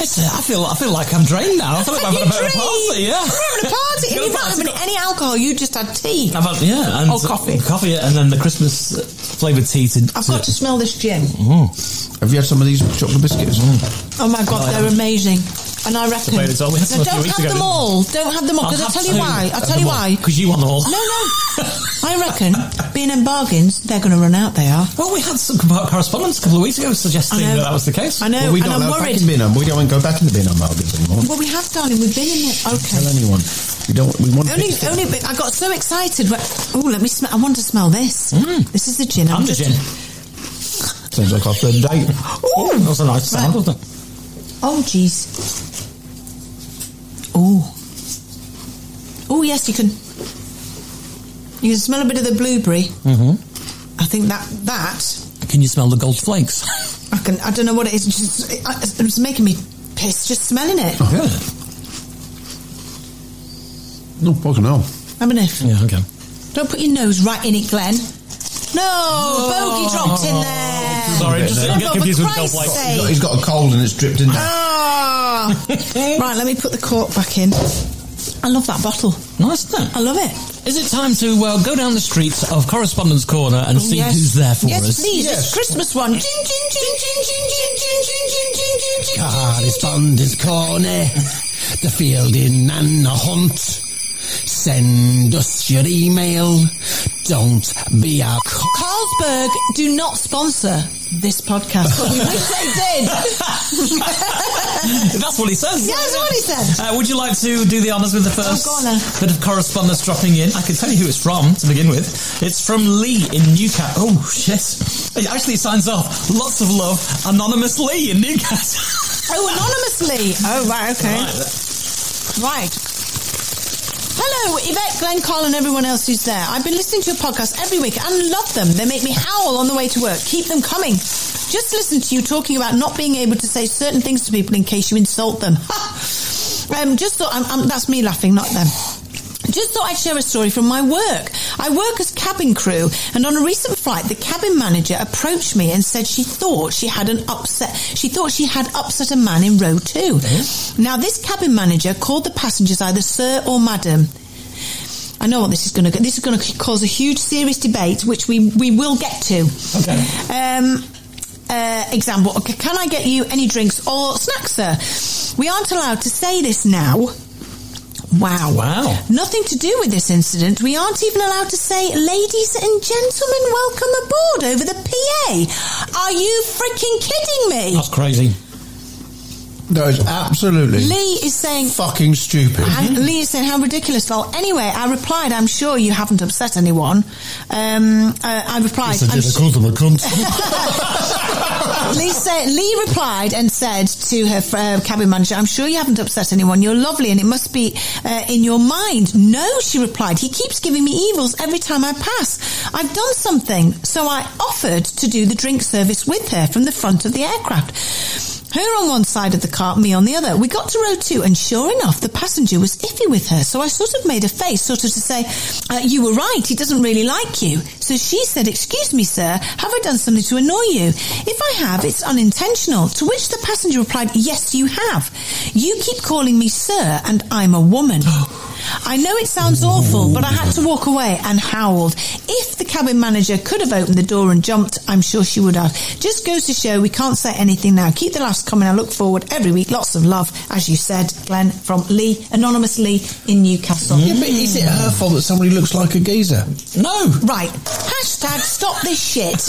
Speaker 2: It's, uh, I feel I feel like I'm drained now. I feel like I've had a bit of a party. Yeah,
Speaker 4: We're at a
Speaker 2: [LAUGHS]
Speaker 4: party and
Speaker 2: Got a
Speaker 4: you've not
Speaker 2: party.
Speaker 4: having any alcohol. You just had tea.
Speaker 2: I've had, yeah, and
Speaker 4: Oh, coffee.
Speaker 2: coffee, yeah, and then the Christmas flavored tea to.
Speaker 4: I've got to smell this gin.
Speaker 5: Mm. Have you had some of these chocolate biscuits?
Speaker 2: Mm.
Speaker 4: Oh my god, they're amazing. And I reckon.
Speaker 2: made it all. We had some
Speaker 4: No,
Speaker 2: a few
Speaker 4: don't
Speaker 2: weeks
Speaker 4: have them
Speaker 2: ago, didn't we?
Speaker 4: all. Don't have them all. Because I'll tell you why. I'll tell you why.
Speaker 2: Because you want them all.
Speaker 4: No,
Speaker 2: [LAUGHS]
Speaker 4: no. I reckon being in bargains, they're going to run out. They are.
Speaker 2: Well, we had some co- correspondence a couple of weeks ago
Speaker 4: I
Speaker 2: suggesting
Speaker 4: know.
Speaker 2: that that was the case.
Speaker 4: I know,
Speaker 5: we
Speaker 4: and
Speaker 5: don't
Speaker 4: I'm
Speaker 5: allow
Speaker 4: worried.
Speaker 5: back in bin um, We don't want to go back in the bin on Maldives anymore.
Speaker 4: Well, we have, darling. We've been in it.
Speaker 5: Tell
Speaker 4: Okay.
Speaker 5: anyone. We don't. We want.
Speaker 4: Only,
Speaker 5: to
Speaker 4: only. Bit, I got so excited. Oh, let me smell. I want to smell this. This is the gin.
Speaker 2: And Mm. the gin.
Speaker 5: Sounds like our third date.
Speaker 2: Ooh, that was a nice sound, wasn't it?
Speaker 4: Oh, jeez. Oh. Oh, yes, you can. You can smell a bit of the blueberry. Mm-hmm. I think that that
Speaker 2: Can you smell the gold flakes?
Speaker 4: I can. I don't know what it is. It's, just, it, I- it's making me piss just smelling it.
Speaker 2: Oh, Yeah.
Speaker 5: No, fucking hell.
Speaker 4: Have a sniff.
Speaker 2: Yeah, okay.
Speaker 4: Don't put your nose right in it, Glenn. No, bogey dropped in
Speaker 2: [LAUGHS]
Speaker 4: there.
Speaker 2: Oh, Sorry, just didn't
Speaker 4: Oh,
Speaker 2: get
Speaker 4: for
Speaker 2: confused with gold
Speaker 4: Christ's
Speaker 2: flakes.
Speaker 4: sake.
Speaker 5: He's got a cold and it's dripped in.
Speaker 4: Ah. right, let me put the cork back in. I love that bottle.
Speaker 2: Nice, isn't it?
Speaker 4: I love it.
Speaker 2: Is it time to uh, go down the streets of Correspondence Corner and see
Speaker 4: Yes.
Speaker 2: who's there for
Speaker 4: yes,
Speaker 2: us?
Speaker 4: please.
Speaker 5: Yes.
Speaker 4: It's Christmas one. Gin, gin, gin, gin, gin, gin, gin, gin, gin, gin, gin, gin, gin, gin.
Speaker 6: Correspondence corner, the field in and a hunt. Send us your email. Don't be a c-
Speaker 4: Carlsberg do not sponsor this [LAUGHS] podcast, but we wish they did. [LAUGHS]
Speaker 2: [LAUGHS] That's what he says.
Speaker 4: Yeah, that's what he said.
Speaker 2: Uh, would you like to do the honours with the first
Speaker 4: go on then.
Speaker 2: bit of correspondence dropping in? I can tell you who it's from to begin with. It's from Lee in Newcastle. Oh, shit. It actually signs off. Lots of love. Anonymous Lee in Newcastle.
Speaker 4: Oh, anonymously. Oh, right, okay. Right. Hello, Yvette, Glenn, Carl, and everyone else who's there. I've been listening to your podcast every week and love them. They make me howl on the way to work. Keep them coming. Just listen to you talking about not being able to say certain things to people in case you insult them. [LAUGHS] um, just thought, I'm, I'm, that's me laughing, not them. Just thought I'd share a story from my work. I work as cabin crew, and on a recent flight, the cabin manager approached me and said she thought she had an upset. She thought she had upset a man in row 2 Now, this cabin manager called the passengers either sir or madam. I know what this is going to. This is going to cause a huge, serious debate, which we we will get to.
Speaker 2: Okay.
Speaker 4: Um, uh, example: okay, Can I get you any drinks or snacks, sir? We aren't allowed to say this now. Wow.
Speaker 2: Wow.
Speaker 4: Nothing to do with this incident. We aren't even allowed to say, ladies and gentlemen, welcome aboard over the PA. Are you freaking kidding me?
Speaker 2: That's crazy.
Speaker 5: That is absolutely
Speaker 4: Lee is saying,
Speaker 5: fucking stupid.
Speaker 4: and Lee is saying how ridiculous. Well, anyway, I replied, I'm sure you haven't upset anyone. Um, uh, I replied, I'm su-
Speaker 5: called him a
Speaker 7: [LAUGHS]
Speaker 4: [LAUGHS]
Speaker 5: cunt.
Speaker 4: Lee, said, Lee replied and said to her uh, cabin manager, I'm sure you haven't upset anyone. You're lovely and it must be uh, in your mind. No, she replied. He keeps giving me evils every time I pass. I've done something. So I offered to do the drink service with her from the front of the aircraft. Her on one side of the car, me on the other. We got to row two, and sure enough, the passenger was iffy with her. So I sort of made a face, sort of to say, uh, "You were right. He doesn't really like you." So she said, "Excuse me, sir. Have I done something to annoy you? If I have, it's unintentional." To which the passenger replied, "Yes, you have. You keep calling me sir, and I'm a woman." [GASPS] I know it sounds awful, but I had to walk away and howled. If the cabin manager could have opened the door and jumped, I'm sure she would have. Just goes to show we can't say anything now. Keep the laughs coming. I look forward every week. Lots of love, as you said, Glenn, from Lee, anonymously in Newcastle.
Speaker 5: Yeah, but is it her fault that somebody looks like a geezer?
Speaker 2: No.
Speaker 4: Right. Hashtag stop this shit.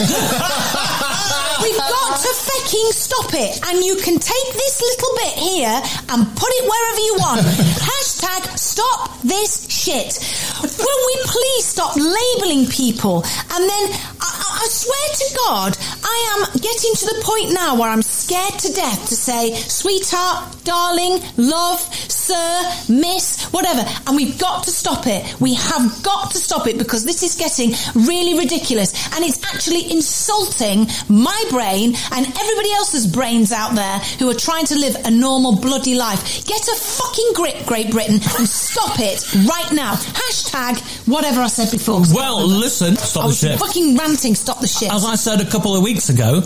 Speaker 4: We've got to fucking stop it. And you can take this little bit here and put it wherever you want. Hashtag stop this shit. Will we please stop labelling people? And then I, I I swear to God, I am getting to the point now where I'm scared to death to say sweetheart, darling, love, sir, miss, whatever. And we've got to stop it. We have got to stop it because this is getting really ridiculous and it's actually insulting my brain and everybody else's brains out there who are trying to live a normal bloody life. Get a fucking grip, Great Britain, and stop it right now. Hashtag whatever I said before. 'cause I can't
Speaker 2: Well,
Speaker 4: remember.
Speaker 2: listen. Oh, Stop
Speaker 4: I
Speaker 2: the
Speaker 4: was
Speaker 2: shit.
Speaker 4: fucking ranting. Stop the shit.
Speaker 2: As I said a couple of weeks ago,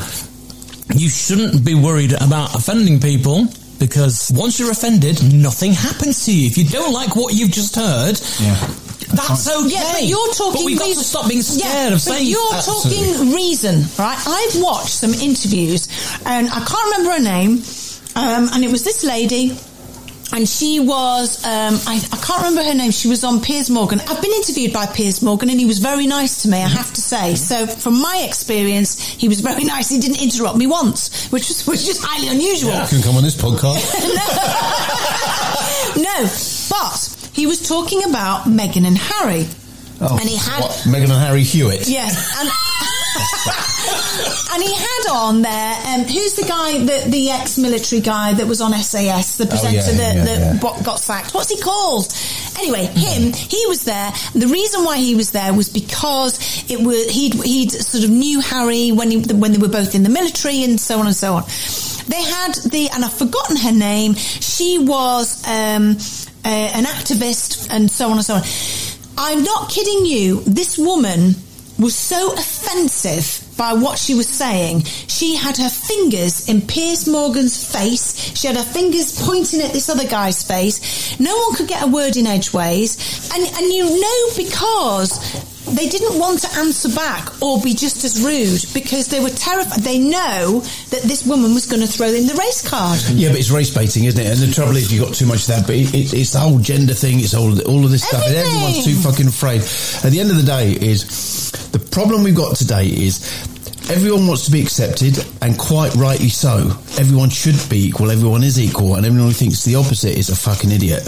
Speaker 2: you shouldn't be worried about offending people. because once you're offended, nothing happens to you. If you don't like what you've just heard,
Speaker 8: Yeah.
Speaker 2: that's okay.
Speaker 4: Yeah, but you're talking.
Speaker 2: But we've got
Speaker 4: reason-
Speaker 2: to stop being scared
Speaker 4: Yeah,
Speaker 2: of
Speaker 4: but
Speaker 2: saying.
Speaker 4: you're
Speaker 2: Absolutely.
Speaker 4: talking reason, right? I've watched some interviews, and I can't remember her name, um, and it was this lady. And she was, um, I, I can't remember her name, she was on Piers Morgan. I've been interviewed by Piers Morgan and he was very nice to me, I have to say.
Speaker 2: Mm-hmm.
Speaker 4: So from my experience, he was very [LAUGHS] nice. He didn't interrupt me once, which was, which is highly unusual. [LAUGHS]
Speaker 8: can come on this podcast.
Speaker 4: no, but he was talking about Meghan and Harry.
Speaker 5: Oh.
Speaker 4: and he had
Speaker 8: What, Meghan and Harry Hewitt.
Speaker 4: Yeah, and, [LAUGHS] and he had on there. Um, who's the guy that the ex-military guy that was on SAS, the presenter
Speaker 8: Oh, yeah,
Speaker 4: that,
Speaker 8: yeah,
Speaker 4: that
Speaker 8: yeah.
Speaker 4: bo- got sacked? What's he called? Anyway, him. He was there. The reason why he was there was because it was he'd he'd sort of knew Harry when he, when they were both in the military and so on and so on. They had the and I've forgotten her name. She was um, uh, an activist and so on and so on. I'm not kidding you. This woman was so offensive by what she was saying. She had her fingers in Piers Morgan's face. She had her fingers pointing at this other guy's face. No one could get a word in edgeways. And, and you know because they didn't want to answer back or be just as rude because they were terrified. They know that this woman was going to throw in the race card.
Speaker 5: Yeah, but it's race baiting, isn't it? And the trouble is, you've got too much of that. But it, it, it's the whole gender thing. It's all all of this stuff. And everyone's too fucking afraid. At the end of the day, is the problem we've got today is. Everyone wants to be accepted, and quite rightly so. Everyone should be equal. Everyone is equal, and everyone who thinks the opposite is a fucking idiot.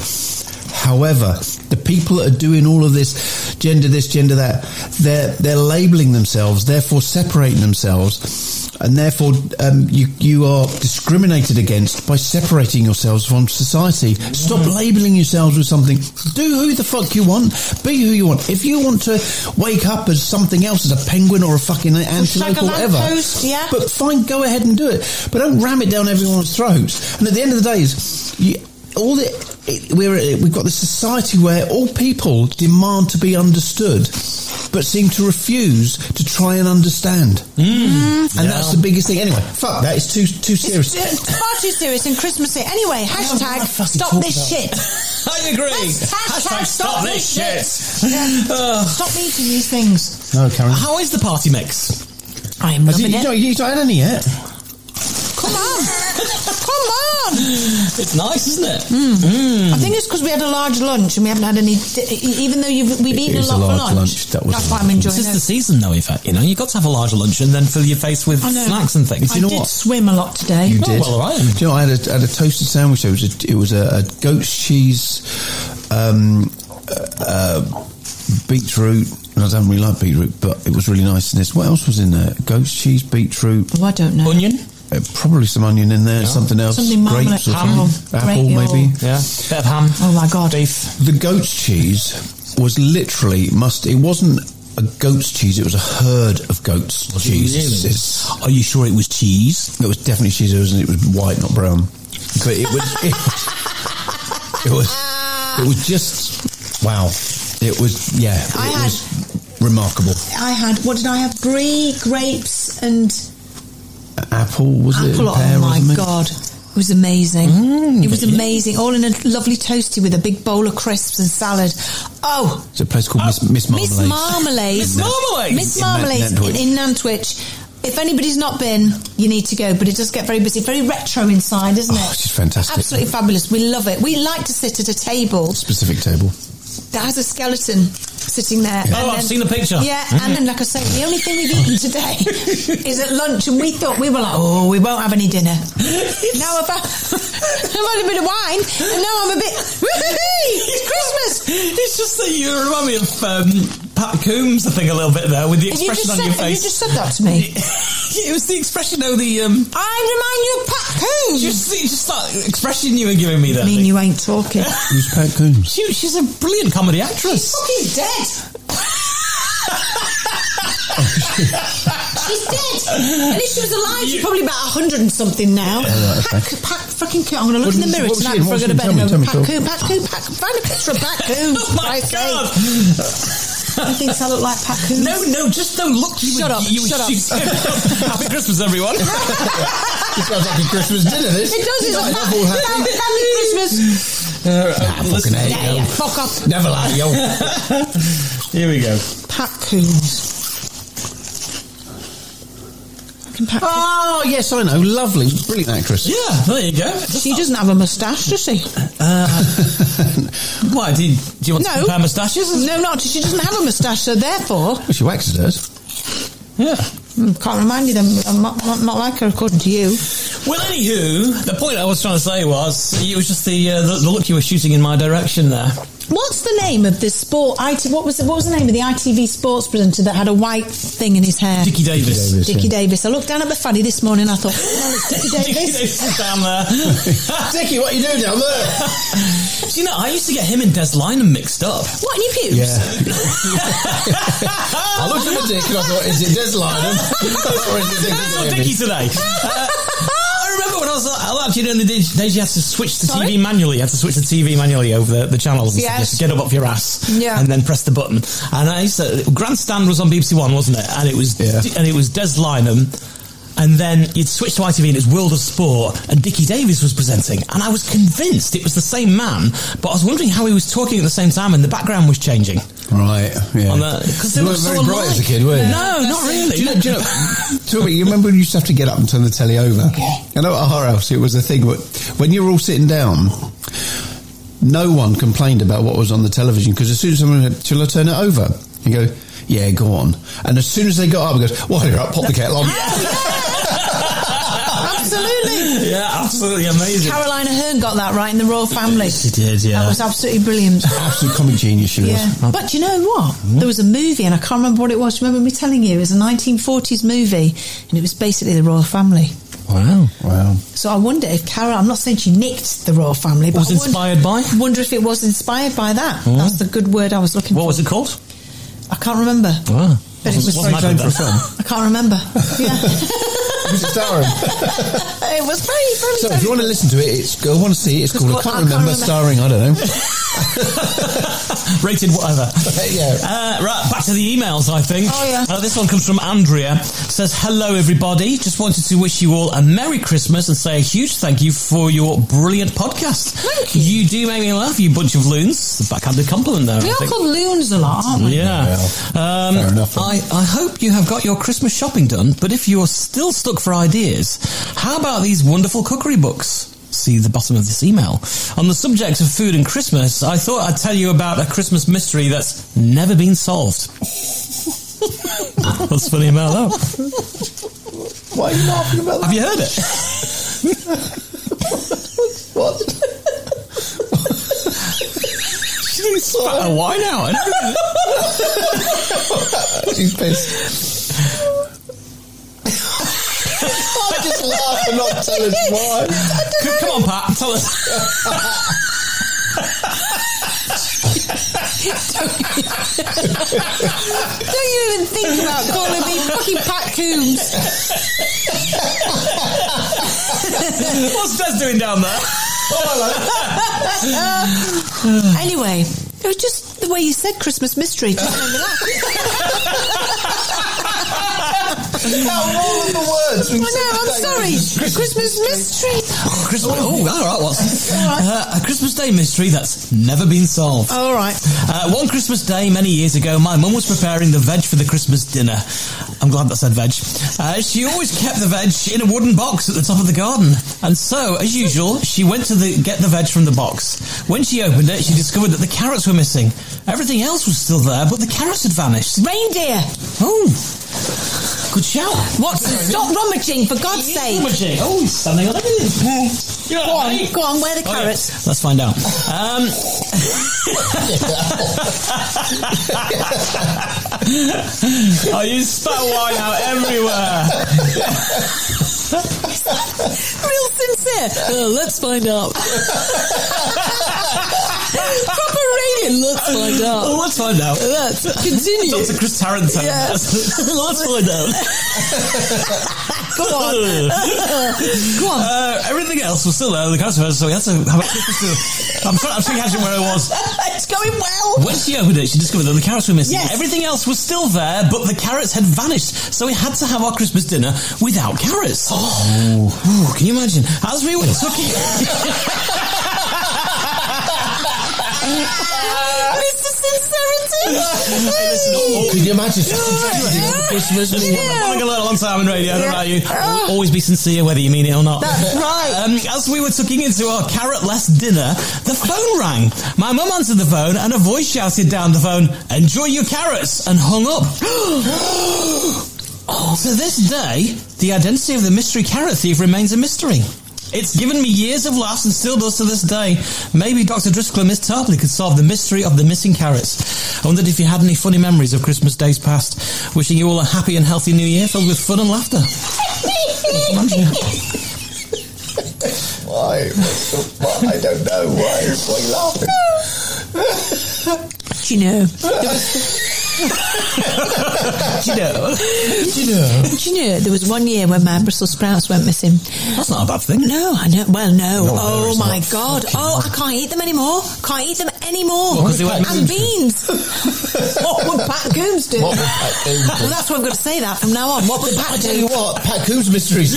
Speaker 5: However, the people that are doing all of this gender, this gender, that they're they're labelling themselves, therefore separating themselves, and therefore um, you you are discriminated against by separating yourselves from society. Stop labelling yourselves with something. Do who the fuck you want. Be who you want. If you want to wake up as something else, as a penguin or a fucking antelope or whatever,
Speaker 4: lamppost, yeah.
Speaker 5: but fine, go ahead and do it. But don't ram it down everyone's throats. And at the end of the day, is you, all the it, we're we've got this society where all people demand to be understood, but seem to refuse to try and understand. And that's the biggest thing. Anyway, fuck that. It's too too serious.
Speaker 4: It's far too serious and Christmassy. Anyway, hashtag stop this shit.
Speaker 5: [LAUGHS]
Speaker 2: I agree.
Speaker 4: Hashtag stop
Speaker 2: Hashtag stop
Speaker 4: this
Speaker 2: this
Speaker 4: [LAUGHS]
Speaker 2: shit. Ugh.
Speaker 4: Stop eating these things.
Speaker 5: no, Karen.
Speaker 2: How is the party mix?
Speaker 4: I am
Speaker 5: Has he,
Speaker 4: loving
Speaker 5: you
Speaker 4: it.
Speaker 5: know, he's not had any yet.
Speaker 4: Come
Speaker 5: [LAUGHS]
Speaker 4: on. Come on.
Speaker 2: It's nice, isn't it?
Speaker 4: Hmm.
Speaker 2: Hmm.
Speaker 4: I think it's because we had a large lunch and we haven't had any, e, even though you've, we've eaten a
Speaker 5: is
Speaker 4: lot
Speaker 5: a large
Speaker 4: for lunch.
Speaker 5: lunch, that was
Speaker 4: That's
Speaker 5: a
Speaker 4: why
Speaker 5: large
Speaker 4: I'm
Speaker 5: lunch.
Speaker 4: enjoying
Speaker 2: This is the
Speaker 4: it.
Speaker 2: season, though, in fact. You know, you've got to have a larger lunch and then fill your face with
Speaker 4: I know.
Speaker 2: snacks and things.
Speaker 4: I did swim a lot today.
Speaker 5: You
Speaker 2: Oh,
Speaker 5: did.
Speaker 2: well, I am.
Speaker 5: Do you know, I had a, had a toasted sandwich. It was a, it was a, a goat's cheese, um, uh, beetroot. And I don't really like beetroot, but it was really nice in this. What else was in there? Goat's cheese, beetroot,
Speaker 4: Oh, I don't know.
Speaker 2: Onion?
Speaker 5: uh, probably some onion in there, something else,
Speaker 4: Something marmalade, Oh,
Speaker 5: grapes or
Speaker 4: apple,
Speaker 5: something, apple
Speaker 4: grape,
Speaker 5: maybe.
Speaker 2: Yeah. Bit of ham.
Speaker 4: Oh my God.
Speaker 2: Beef.
Speaker 5: The goat's cheese was literally must. It wasn't a goat's cheese. It was a herd of goats' cheese. It's-
Speaker 2: Are you sure it was cheese?
Speaker 5: It was definitely cheese, and it was white, not brown. But it was, it was, it was, it was just wow. It was, yeah,
Speaker 4: I
Speaker 5: it
Speaker 4: had-
Speaker 5: was remarkable.
Speaker 4: I had, what did I have? Brie, grapes, and
Speaker 5: Apple was it?
Speaker 4: apple.
Speaker 5: pear
Speaker 4: Oh
Speaker 5: or something? Mm.
Speaker 4: my God. It was amazing. it was amazing. All in a lovely toasty with a big bowl of crisps and salad. Oh,
Speaker 5: It's a place called Miss, Miss
Speaker 4: Miss
Speaker 5: Marmalade.
Speaker 4: Marmalade. Miss
Speaker 2: Miss Marmalade.
Speaker 5: In Nan-
Speaker 4: Marmalade in,
Speaker 5: Nantwich.
Speaker 4: in Nantwich. If anybody's not been, you need to go. But it does get very busy, very retro inside, isn't
Speaker 5: Oh,
Speaker 4: it?
Speaker 5: it's just fantastic.
Speaker 4: Absolutely fabulous. We love it. We like to sit at a table
Speaker 5: Specific table.
Speaker 4: that has a skeleton sitting there. and
Speaker 2: Oh, I've seen the picture. Mm-hmm.
Speaker 4: Yeah, and then, like I say, the only thing we've eaten today [LAUGHS] is at lunch, and we thought we were like, oh, we won't have any dinner.
Speaker 2: [LAUGHS]
Speaker 4: now I've had, [LAUGHS] I've had a bit of wine, and now I'm a bit. [LAUGHS] Woohoo! [LAUGHS] It's Christmas.
Speaker 2: It's just that you remind me of um, Pat Coombs, I think, a little bit there, with the
Speaker 4: Have you,
Speaker 2: expression
Speaker 4: just
Speaker 2: on
Speaker 4: said,
Speaker 2: your
Speaker 4: have you
Speaker 2: face.
Speaker 4: just said that to me?
Speaker 2: [LAUGHS] it was the expression of the. Um,
Speaker 4: I remind you of Pat Coombs.
Speaker 2: just, just that expression you were giving me there.
Speaker 4: I mean, you ain't
Speaker 8: [LAUGHS]
Speaker 4: talking.
Speaker 5: Who's Pat Coombs?
Speaker 2: She, she's a brilliant comedy actress.
Speaker 4: Fucking dead. She's dead. At least she was alive. She's probably about a hundred and something now. Pack, pack, fucking. Coon. I'm gonna look
Speaker 5: What
Speaker 4: in the
Speaker 5: was-
Speaker 4: mirror
Speaker 5: what was she
Speaker 4: tonight
Speaker 5: in?
Speaker 4: before I
Speaker 5: What
Speaker 4: go to
Speaker 5: was
Speaker 4: bed.
Speaker 5: she in?
Speaker 4: and
Speaker 5: Tell
Speaker 4: go,
Speaker 5: me, Oh
Speaker 4: Pack Coon,
Speaker 5: tell [LAUGHS]
Speaker 4: Pack Coon, Pack. Find a picture of Pack Coon.
Speaker 2: Oh my
Speaker 4: Christ's
Speaker 2: God.
Speaker 4: sake. He thinks I look like Pat Coons.
Speaker 2: [LAUGHS] No, no, just don't look. You
Speaker 4: Shut up, shut up.
Speaker 2: [LAUGHS] Happy Christmas, everyone.
Speaker 8: It sounds like a Christmas dinner, this.
Speaker 4: It does, it's
Speaker 8: Nice,
Speaker 4: like
Speaker 8: I'm all happy.
Speaker 4: Happy, happy Christmas.
Speaker 8: Ah, fucking hate
Speaker 4: Yeah, yeah,
Speaker 8: you.
Speaker 4: fuck off.
Speaker 8: Never like you.
Speaker 2: Here we go.
Speaker 4: Pat Coons. Fucking Pat Coons.
Speaker 5: Oh, yes, I know. Lovely. Brilliant actress.
Speaker 2: Yeah, there you go.
Speaker 4: She doesn't have a moustache, does she?
Speaker 5: Uh,
Speaker 2: Why do you, do you want to
Speaker 4: No.
Speaker 2: compare moustaches?
Speaker 4: No, not. She doesn't have a moustache, so therefore,
Speaker 5: Well, she waxes hers.
Speaker 2: Yeah.
Speaker 4: mm, can't remind you them. I'm not, not, not like her, according to you.
Speaker 2: Well, anywho, the point I was trying to say was it was just the uh, the, the look you were shooting in my direction there.
Speaker 4: What's the name of this sport? IT, what was the, what was the name of the ITV sports presenter that had a white thing in his hair?
Speaker 2: Dickie Davis.
Speaker 5: Davis.
Speaker 4: Dickie Davis. I looked down at the fanny this morning. I thought, well, it's
Speaker 2: [LAUGHS]
Speaker 4: Dickie
Speaker 2: Dickie
Speaker 4: Davis.
Speaker 2: Davis is down [LAUGHS] there.
Speaker 8: Dickie, what are you doing down there?
Speaker 2: Do you know, I used to get him and Des Lynam mixed up.
Speaker 4: What in your pubes?
Speaker 2: [LAUGHS]
Speaker 8: I
Speaker 2: Ah.
Speaker 8: looked at the dick and [LAUGHS] I thought, is it Des Lynam? or is it Dickie
Speaker 2: Oh, [LAUGHS]
Speaker 8: Davis?
Speaker 2: Dickie today. Uh, I remember when I was like, I loved you doing the days days you had to switch the
Speaker 4: Sorry?
Speaker 2: TV manually. You had to switch the TV manually over the, the channels. and stuff,
Speaker 4: Yes.
Speaker 2: just Get up off your ass.
Speaker 4: Yeah.
Speaker 2: And then press the button. And I used to, Grandstand was on BBC One, wasn't it? And it was,
Speaker 8: Yeah.
Speaker 2: and it was Des Lynam. And then you'd switch to ITV and it was World of Sport and Dickie Davis was presenting. And I was convinced it was the same man, but I was wondering how he was talking at the same time and the background was changing.
Speaker 8: Right, yeah.
Speaker 2: On the- 'cause they
Speaker 8: you
Speaker 2: were
Speaker 8: weren't
Speaker 2: so
Speaker 8: very bright
Speaker 2: alike.
Speaker 8: as a kid, were you?
Speaker 2: No, not really.
Speaker 8: Do you know, do you know,
Speaker 4: [LAUGHS]
Speaker 8: Tommy, you remember when you used to have to get up and turn the telly over? I know at our house it was a thing, but when you were all sitting down, no one complained about what was on the television because as soon as someone went, shall I turn it over? You go, yeah, go on. And as soon as they got up, it goes, well, you're up, pop the kettle on.
Speaker 4: Absolutely.
Speaker 2: Yeah, absolutely amazing.
Speaker 4: Carolina Hearn got that right in the Royal Family.
Speaker 2: She did, yeah.
Speaker 4: That was absolutely
Speaker 2: [LAUGHS]
Speaker 4: brilliant.
Speaker 8: Absolute comic genius she was.
Speaker 4: Yeah.
Speaker 8: [LAUGHS]
Speaker 4: But do you know what?
Speaker 2: Mm-hmm.
Speaker 4: There was a movie, and I can't remember what it was. Remember me telling you, it was a 1940s movie, and it was basically the royal family.
Speaker 2: wow.
Speaker 8: Wow.
Speaker 4: So I wonder if Carol, I'm not saying she nicked the royal family, but
Speaker 2: Was
Speaker 4: I wonder-
Speaker 2: inspired by? Hmm.
Speaker 4: Wonder if it was inspired by that. That's the good word I was looking
Speaker 2: What
Speaker 4: for.
Speaker 2: was it called?
Speaker 4: I can't remember.
Speaker 2: Wow.
Speaker 4: But it was
Speaker 2: Wasn't
Speaker 4: very
Speaker 2: that
Speaker 4: good
Speaker 2: good
Speaker 4: for a
Speaker 2: then?
Speaker 4: film. I can't remember. [LAUGHS] Yeah,
Speaker 8: Who's the star of?
Speaker 4: it was very, very.
Speaker 8: So if you want to listen to it, it's go want to see it. It's
Speaker 4: It's
Speaker 8: called I
Speaker 4: called
Speaker 8: can't,
Speaker 4: I Can't
Speaker 8: remember,
Speaker 4: Remember.
Speaker 8: starring I don't know.
Speaker 2: Rated whatever.
Speaker 8: [LAUGHS] yeah.
Speaker 2: Uh, right, back to the emails, I think.
Speaker 4: Oh, yeah.
Speaker 2: Uh, this one comes from Andrea. Says, Hello, everybody. Just wanted to wish you all a Merry Christmas and say a huge thank you for your brilliant podcast.
Speaker 4: Thank you.
Speaker 2: You do make me laugh, you bunch of loons. The backhanded compliment there.
Speaker 4: we
Speaker 2: I
Speaker 4: are
Speaker 2: think.
Speaker 4: called loons a lot, aren't we?
Speaker 2: Yeah. Um,
Speaker 8: Fair enough.
Speaker 2: I, I hope you have got your Christmas shopping done, but if you're still stuck for ideas, how about these wonderful cookery books? See the bottom of this email. On the subject of food and Christmas, I thought I'd tell you about a Christmas mystery that's never been solved. that's funny about that.
Speaker 8: Why are you laughing about
Speaker 2: Have you heard it?
Speaker 8: What?
Speaker 2: She didn't spat a wine out.
Speaker 8: She's pissed. I just laugh and not tell us why.
Speaker 2: Come on, Pat, tell us.
Speaker 4: [LAUGHS] Don't you even think about calling me fucking Pat Coombs?
Speaker 2: [LAUGHS] What's Des doing down there? [LAUGHS]
Speaker 4: [LAUGHS] anyway, it was just the way you said Christmas mystery. Just made me laugh.
Speaker 8: All of the words.
Speaker 4: I know, Oh, I'm sorry. Christmas mystery.
Speaker 2: Oh, Christmas. Oh, all right, what's uh, a Christmas Day mystery that's never been solved?
Speaker 4: All right.
Speaker 2: Uh, one Christmas day many years ago, my mum was preparing the veg for the Christmas dinner. I'm glad that said veg. Uh, she always kept the veg in a wooden box at the top of the garden. And so, as usual, she went to the, get the veg from the box. When she opened it, she discovered that the carrots were missing. Everything else was still there, but the carrots had vanished.
Speaker 4: Reindeer.
Speaker 2: Oh, good shout.
Speaker 4: Watson, stop rummaging, for God's sake.
Speaker 2: Oh, he's standing on everything. You're
Speaker 4: Go on, go on, where are the
Speaker 2: Oh,
Speaker 4: carrots?
Speaker 2: Let's find out. Um, [LAUGHS] Um, [LAUGHS] oh, you spat wine out everywhere.
Speaker 4: Real [LAUGHS] sincere. Oh, let's find out. Proper rating. Let's find
Speaker 2: Oh,
Speaker 4: out.
Speaker 2: let's find out.
Speaker 4: Let's continue. [LAUGHS]
Speaker 2: Dr. Chris Tarrant.
Speaker 4: Yeah.
Speaker 2: let's find out.
Speaker 4: Go
Speaker 2: [LAUGHS]
Speaker 4: on. Go on.
Speaker 2: Uh, everything else was still there, the controversy, so we had to have a I'm trying, I'm trying to catch where I was.
Speaker 4: [LAUGHS] it's going well.
Speaker 2: When she opened it, she discovered that the carrots were missing.
Speaker 4: Yes.
Speaker 2: Everything else was still there, but the carrots had vanished. So we had to have our Christmas dinner without carrots. Oh. Ooh, can you imagine? As we were
Speaker 4: [LAUGHS]
Speaker 2: cooking.
Speaker 4: Mr.
Speaker 2: Hey,
Speaker 4: Sincerity.
Speaker 2: Could you imagine?
Speaker 4: Christmas meal?
Speaker 2: I can learn a long time in radio. I don't know about you.
Speaker 4: Yeah.
Speaker 2: Always be sincere, whether you mean it or not.
Speaker 4: That's right.
Speaker 2: Um, as we were tucking into our carrot-less dinner, the phone rang. My mum answered the phone, and a voice shouted down the phone, "Enjoy your carrots," and hung up. [GASPS] oh, to this day, the identity of the mystery carrot thief remains a mystery. It's given me years of laughs and still does to this day. Maybe Dr. Driscoll and Miss Tarpley could solve the mystery of the missing carrots. I wondered if you had any funny memories of Christmas days past. Wishing you all a happy and healthy new year filled with fun
Speaker 4: [LAUGHS]
Speaker 2: and laughter.
Speaker 5: Why? I don't know why. Why you laughing?
Speaker 4: Do [LAUGHS] you know?
Speaker 5: You
Speaker 2: you know?
Speaker 5: know.
Speaker 4: Do you know? There was one year when my Brussels sprouts went missing.
Speaker 2: That's not a bad thing.
Speaker 4: No, I know. Well, no.
Speaker 2: No, there
Speaker 4: oh
Speaker 2: is
Speaker 4: my
Speaker 2: not.
Speaker 4: god.
Speaker 2: Fucking
Speaker 4: Oh, I can't eat them anymore. Can't eat them anymore.
Speaker 2: 'cause they went
Speaker 4: and beans. what would Pat Coombs do?
Speaker 5: What would Pat Coombs do?
Speaker 4: [LAUGHS] well, that's what I'm going to say that from now on. What would Pat
Speaker 5: Tell you
Speaker 4: do?
Speaker 5: what, Pat Coombs mysteries.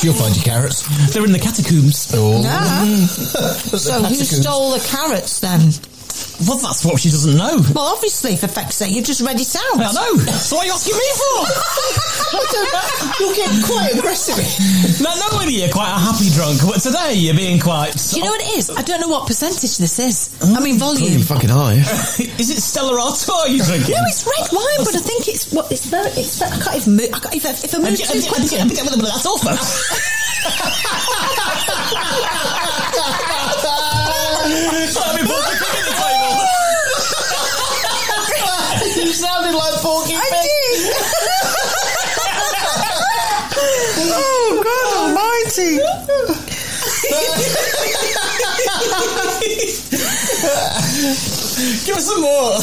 Speaker 5: She'll find your carrots.
Speaker 2: They're in the catacombs.
Speaker 5: Oh.
Speaker 4: Ah.
Speaker 5: [LAUGHS] The
Speaker 4: So who
Speaker 5: catacombs.
Speaker 4: stole the carrots then?
Speaker 2: Well, that's what she doesn't know.
Speaker 4: Well, obviously, for feck's sake, you've just read it out.
Speaker 2: I know. So what are you asking me for?
Speaker 4: [LAUGHS]
Speaker 5: You're getting quite
Speaker 2: [LAUGHS]
Speaker 5: aggressive.
Speaker 2: now, normally you're quite a happy drunk, but today you're being quite.
Speaker 4: Do you know what it is? I don't know what percentage this is. I mean, volume.
Speaker 5: fucking
Speaker 2: [LAUGHS]
Speaker 5: high.
Speaker 2: Oh, Is it Stella Artois you're drinking?
Speaker 4: No, it's red wine, but I think it's what it's very. It's very, I can't even move. I can't, if, I, if I
Speaker 2: And
Speaker 4: move
Speaker 2: you-
Speaker 4: too
Speaker 2: and you- and
Speaker 4: quickly,
Speaker 2: you- and you- That's all, folks. Let me put the cook in the table.
Speaker 5: you sounded like Porky Pig.
Speaker 4: oh God Almighty!
Speaker 2: Give us some more.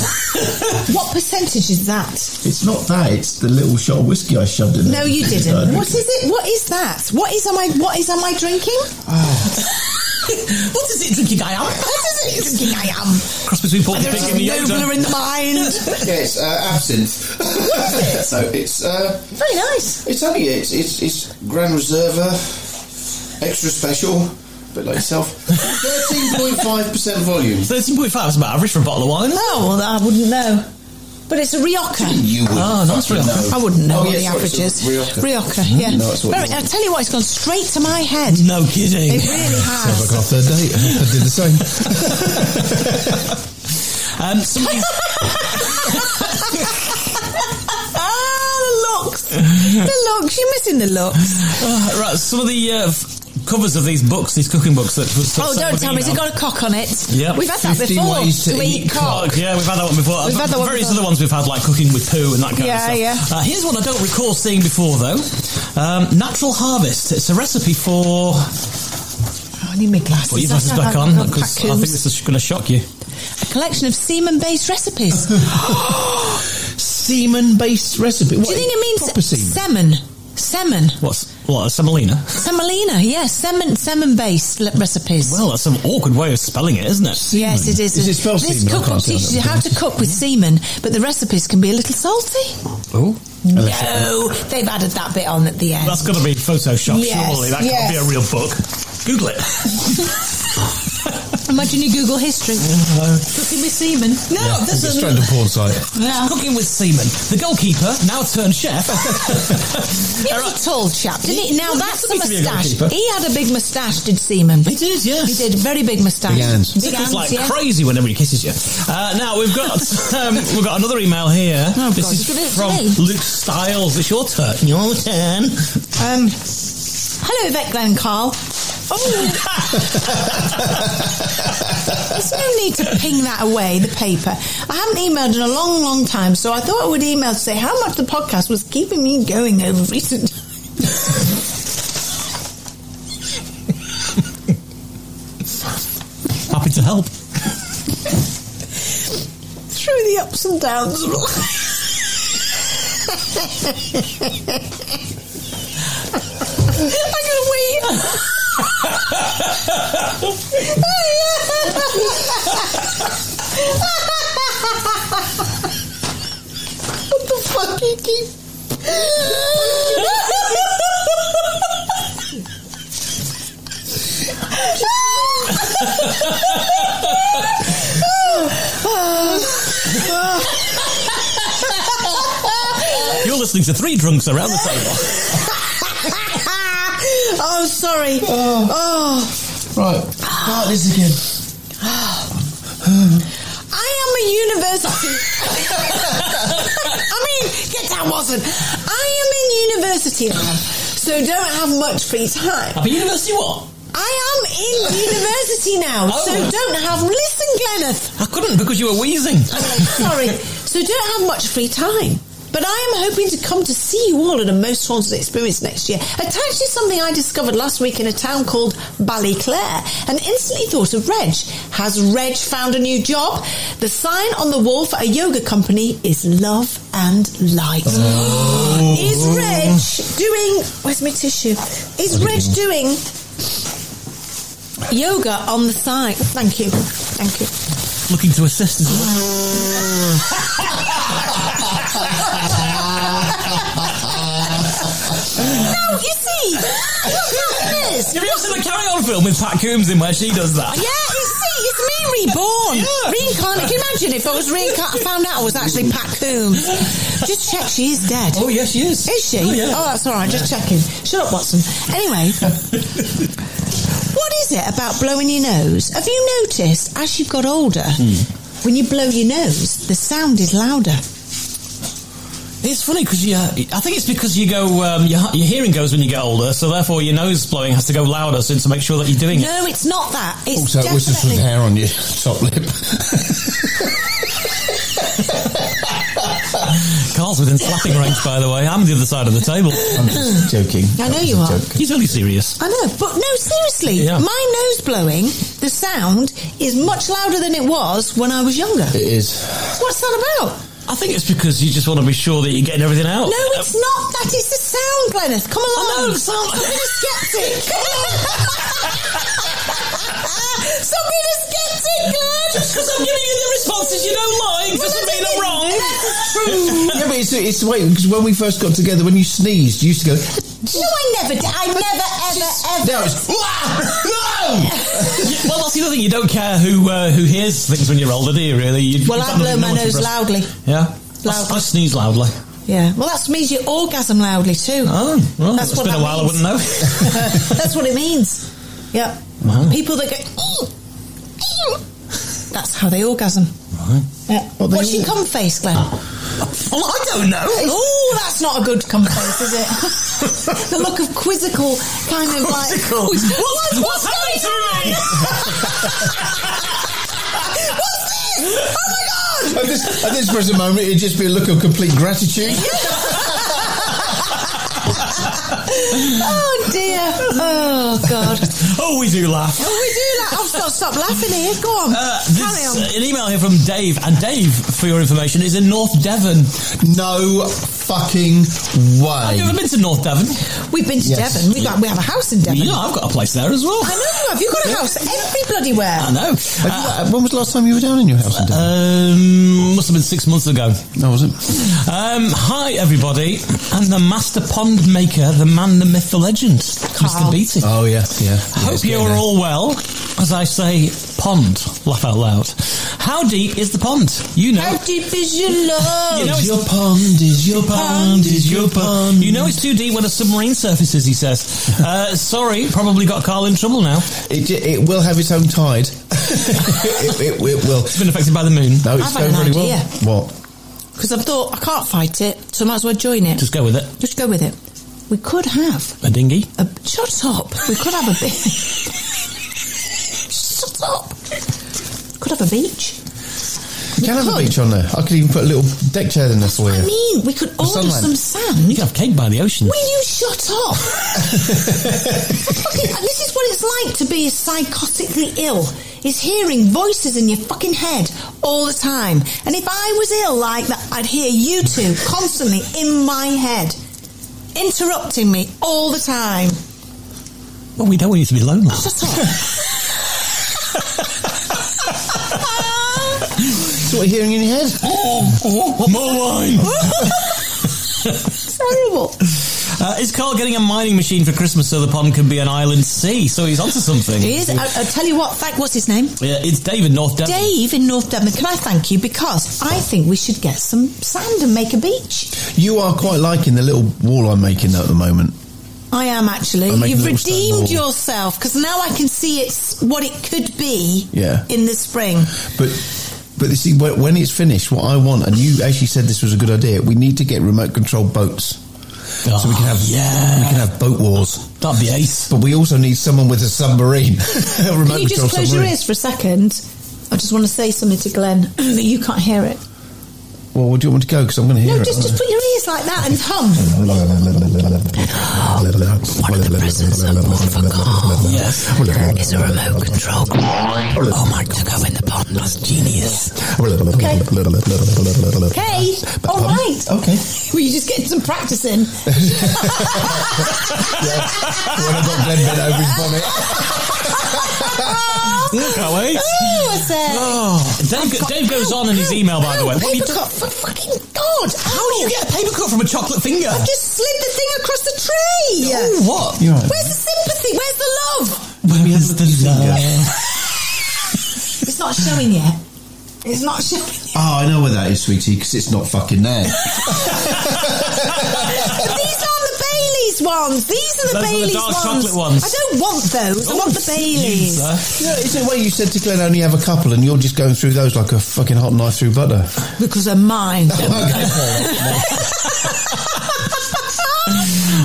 Speaker 4: What percentage is that?
Speaker 5: It's not that. It's the little shot of whiskey I shoved in. uh,
Speaker 4: No, you didn't. What is it? What is that? What is am I? What is am I drinking?
Speaker 2: Ah. [LAUGHS] What is it drinking I am?
Speaker 4: What is it drinking? I am.
Speaker 2: Cross between Porky
Speaker 4: Whether
Speaker 2: Pig
Speaker 4: it's
Speaker 2: and the
Speaker 4: nobler in the mind.
Speaker 2: [LAUGHS]
Speaker 5: Yeah, it's uh, absinthe. so it's uh,
Speaker 4: Very nice.
Speaker 5: it's only it's it's, it's Grand Reserva, extra special, but like yourself, thirteen point five percent volume.
Speaker 2: 13.5 is about average for a bottle of wine. isn't it?
Speaker 4: Oh well, I wouldn't know. But it's a Rioja.
Speaker 5: You would.
Speaker 2: Oh, that's real.
Speaker 4: I wouldn't know
Speaker 5: Oh,
Speaker 4: what
Speaker 5: yeah,
Speaker 4: the
Speaker 5: sorry,
Speaker 4: average is.
Speaker 5: sorry, Rioja.
Speaker 4: yeah.
Speaker 5: No, that's what
Speaker 4: Very,
Speaker 5: you-
Speaker 4: I tell you what, it's gone straight to my head.
Speaker 2: Hmm? No kidding.
Speaker 4: It really
Speaker 2: [LAUGHS]
Speaker 4: has.
Speaker 8: I got a third date. I did the same.
Speaker 2: Um, somebody's,
Speaker 4: [LAUGHS] Ah, the looks. [LAUGHS] The looks. You're missing the looks.
Speaker 2: uh, right, some of the uh, f- covers of these books, these cooking books that was.
Speaker 4: Oh, don't tell me. Has it got a cock on it?
Speaker 2: Yeah.
Speaker 4: We've had that
Speaker 8: 15
Speaker 4: before.
Speaker 8: ways to
Speaker 4: Do we
Speaker 8: eat
Speaker 4: eat cock.
Speaker 2: Yeah, we've had that one before.
Speaker 4: We've had that one
Speaker 2: Various
Speaker 4: before.
Speaker 2: other ones we've had, like cooking with poo and that kind
Speaker 4: Yeah,
Speaker 2: of stuff.
Speaker 4: yeah.
Speaker 2: Uh, here's one I don't recall seeing before, though. Um, natural harvest. It's a recipe for.
Speaker 4: Oh, I need my glasses.
Speaker 2: Put your
Speaker 4: That's
Speaker 2: glasses
Speaker 4: not [LAUGHS]
Speaker 2: back
Speaker 4: bad.
Speaker 2: on
Speaker 4: I've got
Speaker 2: because I think
Speaker 4: raccoons.
Speaker 2: this is going to shock you.
Speaker 4: a collection of semen-based [LAUGHS] recipes.
Speaker 5: Semen-based recipe.
Speaker 4: Do you think it means
Speaker 5: proper semen?
Speaker 4: semen? Semen,
Speaker 2: What's what a semolina?
Speaker 4: semolina, yes, semen, semen-based le- recipes.
Speaker 2: Well, that's an awkward way of spelling it, isn't it?
Speaker 4: yes, it is.
Speaker 5: Is it spelled
Speaker 4: this
Speaker 5: semen? I
Speaker 4: cookbook
Speaker 5: can't see
Speaker 4: teaches
Speaker 5: that.
Speaker 4: you how to cook with semen, but the recipes can be a little salty.
Speaker 5: Oh,
Speaker 4: No, Oh, they've added that bit on at the end. [LAUGHS]
Speaker 2: That's got to be Photoshop,
Speaker 4: Yes,
Speaker 2: surely. That
Speaker 4: yes.
Speaker 2: can't be a real book. Google it.
Speaker 4: Imagine you Google history.
Speaker 5: Uh-huh.
Speaker 4: Cooking with semen. No, that's
Speaker 8: It's straight to porn site.
Speaker 4: No.
Speaker 2: Cooking with semen. The goalkeeper, now turned chef. [LAUGHS]
Speaker 4: He was a tall chap, didn't he? Now
Speaker 2: Well,
Speaker 4: that's a
Speaker 2: he used to be a goalkeeper.
Speaker 4: moustache. He had a big moustache, did Seaman?
Speaker 2: He did, yes.
Speaker 4: He did very big moustache.
Speaker 8: Big hands.
Speaker 4: Big hands,
Speaker 2: Tickles like
Speaker 4: yeah.
Speaker 2: crazy whenever he kisses you. Uh, now we've
Speaker 4: [LAUGHS]
Speaker 2: got um, we've got another email here.
Speaker 4: Oh,
Speaker 2: this
Speaker 4: God,
Speaker 2: is
Speaker 4: you give it to
Speaker 2: from
Speaker 4: me.
Speaker 2: Luke Styles. It's your turn. Your turn.
Speaker 4: [LAUGHS] Um, hello, Vec Glen Carl. Oh, there's no need to ping that away. The paper. I haven't emailed in a long, long time, so I thought I would email to say how much the podcast was keeping me going over recent.
Speaker 2: Happy to help.
Speaker 4: through the ups and downs of life. I'm gonna wait. what the fuck,
Speaker 2: [LAUGHS] You're listening to three drunks around the
Speaker 4: [LAUGHS]
Speaker 2: table.
Speaker 4: oh, sorry.
Speaker 8: Oh.
Speaker 4: oh.
Speaker 8: Right. Start this again.
Speaker 4: I am a university. I mean, get that wasn't. I am in university now, so don't have much free time.
Speaker 2: Happy University what?
Speaker 4: I am in university now, so
Speaker 2: Oh.
Speaker 4: don't have. Listen, Glenneth.
Speaker 2: I couldn't because you were wheezing.
Speaker 4: Sorry. So don't have much free time. But I am hoping to come to see you all at a most haunted experience next year. Attached is something I discovered last week in a town called Ballyclare and instantly thought of Reg. Has Reg found a new job? The sign on the wall for a yoga company is love and light. is Reg doing. Where's my tissue? Is Reg doing yoga on the side? Thank you. Thank you.
Speaker 2: [LAUGHS] Looking to assist as well.
Speaker 4: [LAUGHS] No, you see, what happened is,
Speaker 2: Have you ever seen the Carry On film with Pat Coombs in where she does that?
Speaker 4: yeah, you see, it's me reborn,
Speaker 2: Yeah.
Speaker 4: reincarnated. Can you imagine if I was reincarnated? I found out I was actually Pat Coombs. Just check, she is dead.
Speaker 2: Oh, yes, she is.
Speaker 4: Is she?
Speaker 2: Oh, yeah.
Speaker 4: that's all right. Just checking. Shut up, Watson.
Speaker 2: [LAUGHS]
Speaker 4: Anyway, what is it about blowing your nose? Have you noticed as you've got older,
Speaker 2: Hmm.
Speaker 4: when you blow your nose, the sound is louder?
Speaker 2: It's funny because you. uh, I think it's because you go. Um, your, your hearing goes when you get older, so therefore your nose blowing has to go louder so to make sure that you're doing it.
Speaker 4: No, it's not that. It's
Speaker 2: Oh,
Speaker 8: Also, it was just with
Speaker 4: definitely-
Speaker 8: hair on your top lip.
Speaker 2: [LAUGHS] Carl's within slapping range, by the way. I'm the other side of the table.
Speaker 8: I'm just joking.
Speaker 4: I know
Speaker 8: That was
Speaker 4: you
Speaker 8: a
Speaker 4: are.
Speaker 8: joke.
Speaker 2: He's only serious.
Speaker 4: I know, but no, seriously,
Speaker 2: Yeah.
Speaker 4: my nose blowing, the sound is much louder than it was when I was younger.
Speaker 8: It is.
Speaker 4: What's that about?
Speaker 2: I think it's because you just want to be sure that you're getting everything out.
Speaker 4: No, it's not that, it's the sound, Glenneth. Come
Speaker 2: I
Speaker 4: along.
Speaker 2: know, the sound-
Speaker 4: Stop being a skeptic. [LAUGHS]
Speaker 2: [LAUGHS]
Speaker 4: Stop being a skeptic, Glenn.
Speaker 2: Just because I'm giving you the responses you don't like doesn't mean I'm wrong.
Speaker 4: This is true.
Speaker 8: Yeah, but it's, it's the way, because when we first got together, when you sneezed, you used to go,
Speaker 4: No, I never did. I never, ever, ever.
Speaker 8: now it's,
Speaker 2: Yeah, [LAUGHS] well, that's the other thing. You don't care who uh, who hears things when you're older, do you? Really? You,
Speaker 4: Well,
Speaker 2: you
Speaker 4: I
Speaker 2: don't
Speaker 4: blow
Speaker 2: know
Speaker 4: my
Speaker 2: what to
Speaker 4: nose
Speaker 2: press-
Speaker 4: loudly.
Speaker 2: Yeah,
Speaker 4: Loudly.
Speaker 2: I, I sneeze loudly.
Speaker 4: Yeah. Well, that means you orgasm loudly too.
Speaker 2: Oh, well,
Speaker 4: That's
Speaker 2: it's
Speaker 4: what
Speaker 2: been
Speaker 4: that
Speaker 2: a while.
Speaker 4: means.
Speaker 2: I wouldn't know.
Speaker 4: That's what it means. Yep.
Speaker 2: Oh.
Speaker 4: People that go. "Ew, ew," That's how they orgasm. Right. Yeah.
Speaker 8: But they
Speaker 4: What's your
Speaker 8: all-
Speaker 4: cum face, Glenn?
Speaker 2: Ah. Well, I don't know.
Speaker 4: Oh, that's not a good cum face, is
Speaker 2: [LAUGHS]
Speaker 4: it? the look of quizzical kind of like.
Speaker 2: Quizzical.
Speaker 4: What's, what's,
Speaker 2: What's
Speaker 4: going
Speaker 2: happening to
Speaker 4: on? what's this? Oh my god!
Speaker 8: at this, at this present moment, it'd just be a look of complete gratitude.
Speaker 4: Oh dear. Oh god.
Speaker 2: [LAUGHS] Oh, we do laugh.
Speaker 4: Oh, we do that. I've got to stop laughing here. Go on.
Speaker 2: Uh,
Speaker 4: Carry on.
Speaker 2: this, an email here from Dave, and Dave, for your information, is in North Devon.
Speaker 8: No fucking
Speaker 2: Have you
Speaker 8: way.
Speaker 2: ever been to North Devon?
Speaker 4: We've been to
Speaker 8: Yes.
Speaker 4: Devon. We got we have a house in Devon.
Speaker 2: You know, I've got a place there as well.
Speaker 4: I know you have. You've got a house every bloody where.
Speaker 2: I know.
Speaker 8: Have you- uh, when was the last time you were down in your house? in Devon?
Speaker 2: Um, must have been six months ago.
Speaker 8: no, Oh, was it?
Speaker 2: Um, hi, everybody. I'm the master pond maker, the man, the myth, the legend, Mr. Beatty.
Speaker 8: Oh, yeah, yeah. Yeah,
Speaker 2: Hope
Speaker 8: it's
Speaker 2: you're
Speaker 8: getting there.
Speaker 2: all well. As I say, pond, laugh out loud. How deep is the pond? You know.
Speaker 4: How deep is your love?
Speaker 2: [LAUGHS] You know it's-
Speaker 8: Your pond is your pond is your pond.
Speaker 2: You know it's too deep when a submarine surfaces, he says.
Speaker 8: [LAUGHS]
Speaker 2: Uh, sorry, probably got Carl in trouble now.
Speaker 8: It, it will have its own tide. it, it, it will.
Speaker 2: It's been affected by the moon.
Speaker 8: No, it's
Speaker 4: I've had
Speaker 8: going
Speaker 4: an
Speaker 8: really
Speaker 4: idea.
Speaker 8: well. What?
Speaker 4: Because I've thought I can't fight it, so I might as well join it.
Speaker 2: Just go with it.
Speaker 4: Just go with it. We could have
Speaker 2: A dinghy.
Speaker 4: a shut up. We could have a bit. shut up. Could have a beach.
Speaker 8: You can have a
Speaker 4: could.
Speaker 8: beach on there. I could even put a little deck chair in there for
Speaker 4: I
Speaker 8: you.
Speaker 4: mean, we could order
Speaker 8: sunlight.
Speaker 4: some sand.
Speaker 2: You can have cake by the ocean.
Speaker 4: Will you shut up? fucking, this is what it's like to be psychotically ill. Is hearing voices in your fucking head all the time. And if I was ill like that, I'd hear you two constantly in my head, interrupting me all the time.
Speaker 2: Well, we don't want you to be lonely.
Speaker 4: Shut up.
Speaker 5: That's what you're hearing in your head.
Speaker 4: Oh,
Speaker 2: More wine.
Speaker 4: [LAUGHS] It's horrible.
Speaker 2: Uh, is Carl getting a mining machine for Christmas so the pond can be an island sea? So he's onto something.
Speaker 4: It is. I, I'll tell you what, thank, what's his name?
Speaker 2: Yeah, it's David North Devon. [LAUGHS]
Speaker 4: Dave in North Devon, can I thank you? Because I think we should get some sand and make a beach.
Speaker 5: You are quite liking the little wall I'm making though at the moment.
Speaker 4: I am actually.
Speaker 5: I'm making
Speaker 4: You've
Speaker 5: a little stone
Speaker 4: redeemed
Speaker 5: wall.
Speaker 4: yourself because now I can see it's what it could be
Speaker 5: Yeah.
Speaker 4: in the spring.
Speaker 2: [LAUGHS]
Speaker 5: But but you see, when when it's finished, what I want, and you actually said this was a good idea, we need to get remote control boats. so we can have
Speaker 2: Ah, yeah.
Speaker 5: we can have boat wars.
Speaker 2: That'd be ace.
Speaker 5: But we also need someone with a submarine. [LAUGHS] a
Speaker 4: Can you
Speaker 5: remote control
Speaker 4: just close your
Speaker 5: submarine.
Speaker 4: ears for a second? I just want to say something to Glenn [CLEARS THROAT] that you can't hear it.
Speaker 5: Well, where do you want me to go? Because I'm going to hear
Speaker 4: No,
Speaker 5: it.
Speaker 4: just,
Speaker 2: uh,
Speaker 4: just put your ears like that and hum.
Speaker 2: Yes.
Speaker 5: Yes.
Speaker 2: a remote control. Oh my god, go in the pond. That's genius.
Speaker 5: Okay.
Speaker 4: Okay, all right.
Speaker 5: Okay.
Speaker 4: [LAUGHS] Were you just getting some practice in?
Speaker 5: When I got Glenn bent over his bonnet.
Speaker 2: Can't wait.
Speaker 4: Oh, I said.
Speaker 2: Oh, Dave, Dave goes on in his email, by the way. What are you
Speaker 4: paper
Speaker 2: do-
Speaker 4: cut for fucking God!
Speaker 2: How do you get a paper cut from a chocolate finger?
Speaker 4: I've just slid the thing across the tray.
Speaker 2: Ooh, Oh, what?
Speaker 5: You're right.
Speaker 4: Where's the sympathy? Where's the love?
Speaker 2: Where is the love?
Speaker 4: It's not showing yet. It's not showing.
Speaker 5: [LAUGHS] Oh, I know where that is, sweetie, because it's not fucking there.
Speaker 4: But these aren't the Bailey's ones. These are the
Speaker 2: Those are the
Speaker 4: Bailey's
Speaker 2: dark
Speaker 4: ones.
Speaker 2: chocolate ones.
Speaker 4: I don't want those. I want the Bailey's.
Speaker 5: Yeah, is it where you said to Glenn only have a couple and you're just going through those like a fucking hot knife through butter?
Speaker 4: Because they're mine.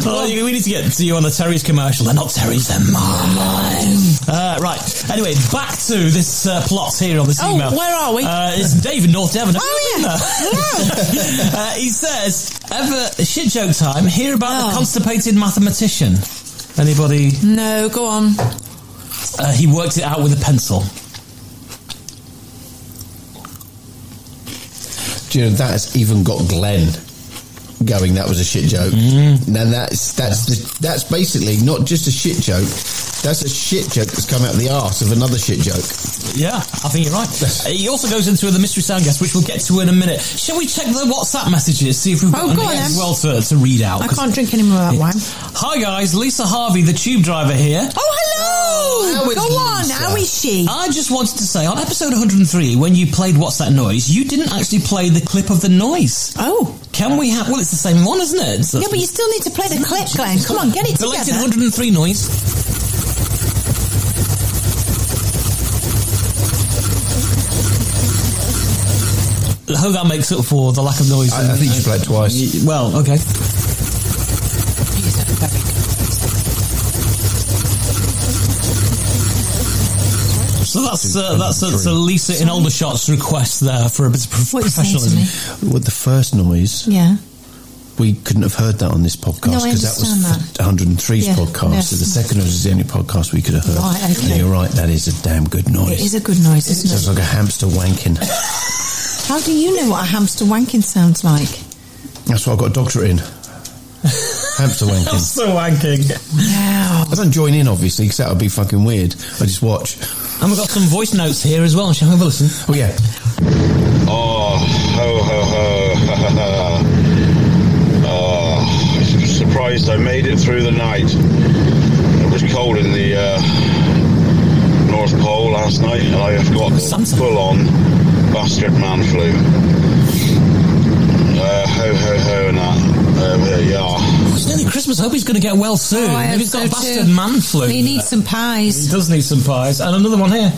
Speaker 2: Oh, you- we need to get to you on the Terry's commercial. They're not Terry's, they're mine. Uh, right. Anyway, back to this uh, plot here on this
Speaker 4: Oh,
Speaker 2: email.
Speaker 4: where are we?
Speaker 2: Uh, it's David North Devon. Have
Speaker 4: Oh,
Speaker 2: you
Speaker 4: yeah.
Speaker 2: been there? [LAUGHS] uh, he says, "Ever shit joke time? Hear about the
Speaker 4: Oh.
Speaker 2: constipated mathematician? Anybody?
Speaker 4: no, go on.
Speaker 2: Uh, he worked it out with a pencil.
Speaker 5: Do you know that has even got Glenn going? That was a shit joke. And that's that's the, that's basically not just a shit joke. That's a shit joke that's come out of the arse of another shit joke.
Speaker 2: Yeah, I think you're right. Uh, He also goes into the mystery sound guest, which we'll get to in a minute. Shall we check the WhatsApp messages, see if we've
Speaker 4: Oh,
Speaker 2: got
Speaker 4: go
Speaker 2: anything
Speaker 4: on,
Speaker 2: as
Speaker 4: then.
Speaker 2: well to, to read out?
Speaker 4: I
Speaker 2: 'Cause-
Speaker 4: can't drink any more of that wine.
Speaker 2: Hi guys, Lisa Harvey, the tube driver here.
Speaker 4: Oh, hello!
Speaker 5: How is
Speaker 4: go on.
Speaker 5: Lisa?
Speaker 4: How is she?
Speaker 2: I just wanted to say on episode 103, when you played What's That Noise, you didn't actually play the clip of the noise.
Speaker 4: Oh,
Speaker 2: Can we have? Well, it's the same one, isn't it? It's the-
Speaker 4: yeah, but you still need to play the clip, Glenn. Come on, get it
Speaker 2: Selected
Speaker 4: together.
Speaker 2: 103 noise. I hope that makes up for the lack of noise.
Speaker 5: I, I think you should play it twice.
Speaker 2: Y- Well, okay. So that's uh, that's that's a Lisa in Aldershot's request there for a bit of prof-
Speaker 4: What are you saying to
Speaker 2: professionalism.
Speaker 4: me?
Speaker 5: With the first noise,
Speaker 4: Yeah.
Speaker 5: we couldn't have heard that on this
Speaker 4: No,
Speaker 5: podcast
Speaker 4: I
Speaker 5: because that
Speaker 4: understand
Speaker 5: was for 103's
Speaker 4: Yeah,
Speaker 5: podcast.
Speaker 4: no.
Speaker 5: So the second noise is the only podcast we could have heard.
Speaker 4: Right, okay.
Speaker 5: And you're right, that is a damn good noise.
Speaker 4: It is a good noise, isn't
Speaker 5: Sounds
Speaker 4: it?
Speaker 5: like a hamster wanking.
Speaker 4: How do you know what a hamster wanking sounds like?
Speaker 5: That's what I got
Speaker 9: [LAUGHS]
Speaker 5: a doctorate in. hamster wanking.
Speaker 2: so wanking.
Speaker 4: Wow.
Speaker 5: I don't join in, obviously, because that would be fucking weird. I just watch.
Speaker 2: And we've got some voice notes here as well. Shall we have a listen?
Speaker 5: Oh, yeah.
Speaker 7: Oh, ho, ho, ho. oh, I'm surprised I made it through the night. It was cold in the uh, North Pole last night, and I have got
Speaker 2: Santa.
Speaker 7: full on bastard man flu. Uh, ho, ho, ho, and that. Uh, yeah.
Speaker 2: It's nearly Christmas. I hope he's going to get well soon.
Speaker 4: Oh, I
Speaker 2: Maybe
Speaker 4: hope
Speaker 2: he's got
Speaker 4: so
Speaker 2: bastard
Speaker 4: too.
Speaker 2: man flu.
Speaker 4: He needs some
Speaker 2: He
Speaker 4: pies.
Speaker 2: does need some pies. And another one here.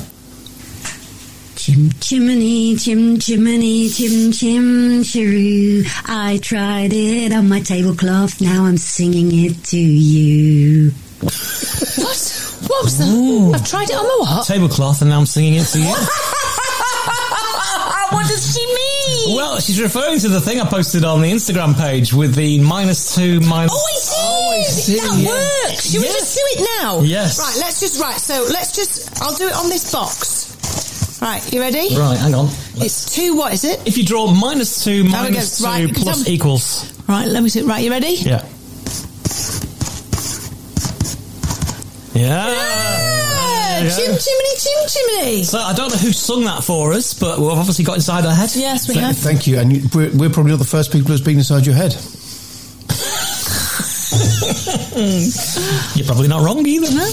Speaker 10: Chim chimney, chim chimney, chim chim chiroo. I tried it on my tablecloth, now I'm singing it to you.
Speaker 4: What? What was that? I've tried it on my what?
Speaker 2: Oh. Tablecloth, and now I'm singing it to you.
Speaker 4: what does she mean?
Speaker 2: Well, she's referring to the thing I posted on the Instagram page with the minus two minus.
Speaker 4: Oh, it is!
Speaker 2: it is,
Speaker 4: that
Speaker 2: yeah.
Speaker 4: works! Should
Speaker 2: Yes.
Speaker 4: we just do it now?
Speaker 2: Yes.
Speaker 4: Right, let's just, right, so let's just, I'll do it on this box. Right, you ready?
Speaker 11: Right, hang on.
Speaker 4: It's two, what is it?
Speaker 2: If you draw minus
Speaker 4: There
Speaker 2: two,
Speaker 4: we go.
Speaker 2: minus two
Speaker 4: Right,
Speaker 2: plus
Speaker 4: come-
Speaker 2: equals.
Speaker 4: Right, let me see. Right, you ready?
Speaker 2: Yeah. Yeah.
Speaker 4: Yeah. Chim chimney, chim chimney.
Speaker 2: So I don't know who sung that for us, but we've obviously got inside our head.
Speaker 4: Yes, we
Speaker 5: Th-
Speaker 4: have.
Speaker 5: Thank you. And you, we're, we're probably not the first people who's been inside your head.
Speaker 2: You're probably not wrong either.
Speaker 12: [LAUGHS]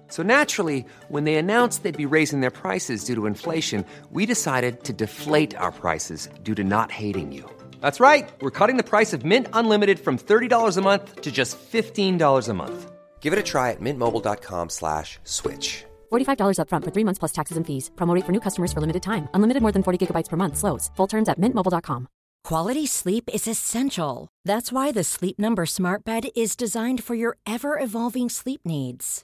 Speaker 13: So naturally, when they announced they'd be raising their prices due to inflation, we decided to deflate our prices due to not hating you. That's right. We're cutting the price of Mint Unlimited from $30 a month to just $15 a month.
Speaker 14: Give it a try at mintmobile.com slash switch.
Speaker 15: $45 upfront for three months plus taxes and fees. Promo rate for new customers for limited time. Unlimited more than 40 gigabytes per month. Slows. Full terms at mintmobile.com.
Speaker 16: Quality sleep is essential. That's why the Sleep Number Smart Bed is designed for your ever evolving sleep needs.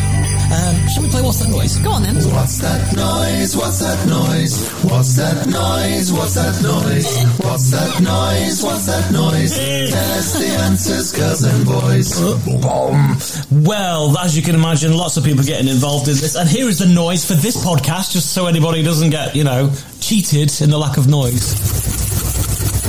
Speaker 2: Um, should we play What's That Noise?
Speaker 4: Go on then.
Speaker 10: What's that noise? What's that noise? What's that noise? What's that noise? What's that noise? What's that noise? Tell us the answers, girls and boys.
Speaker 2: Well, as you can imagine, lots of people getting involved in this. And here is the noise for this podcast, just so anybody doesn't get, you know, cheated in the lack of noise.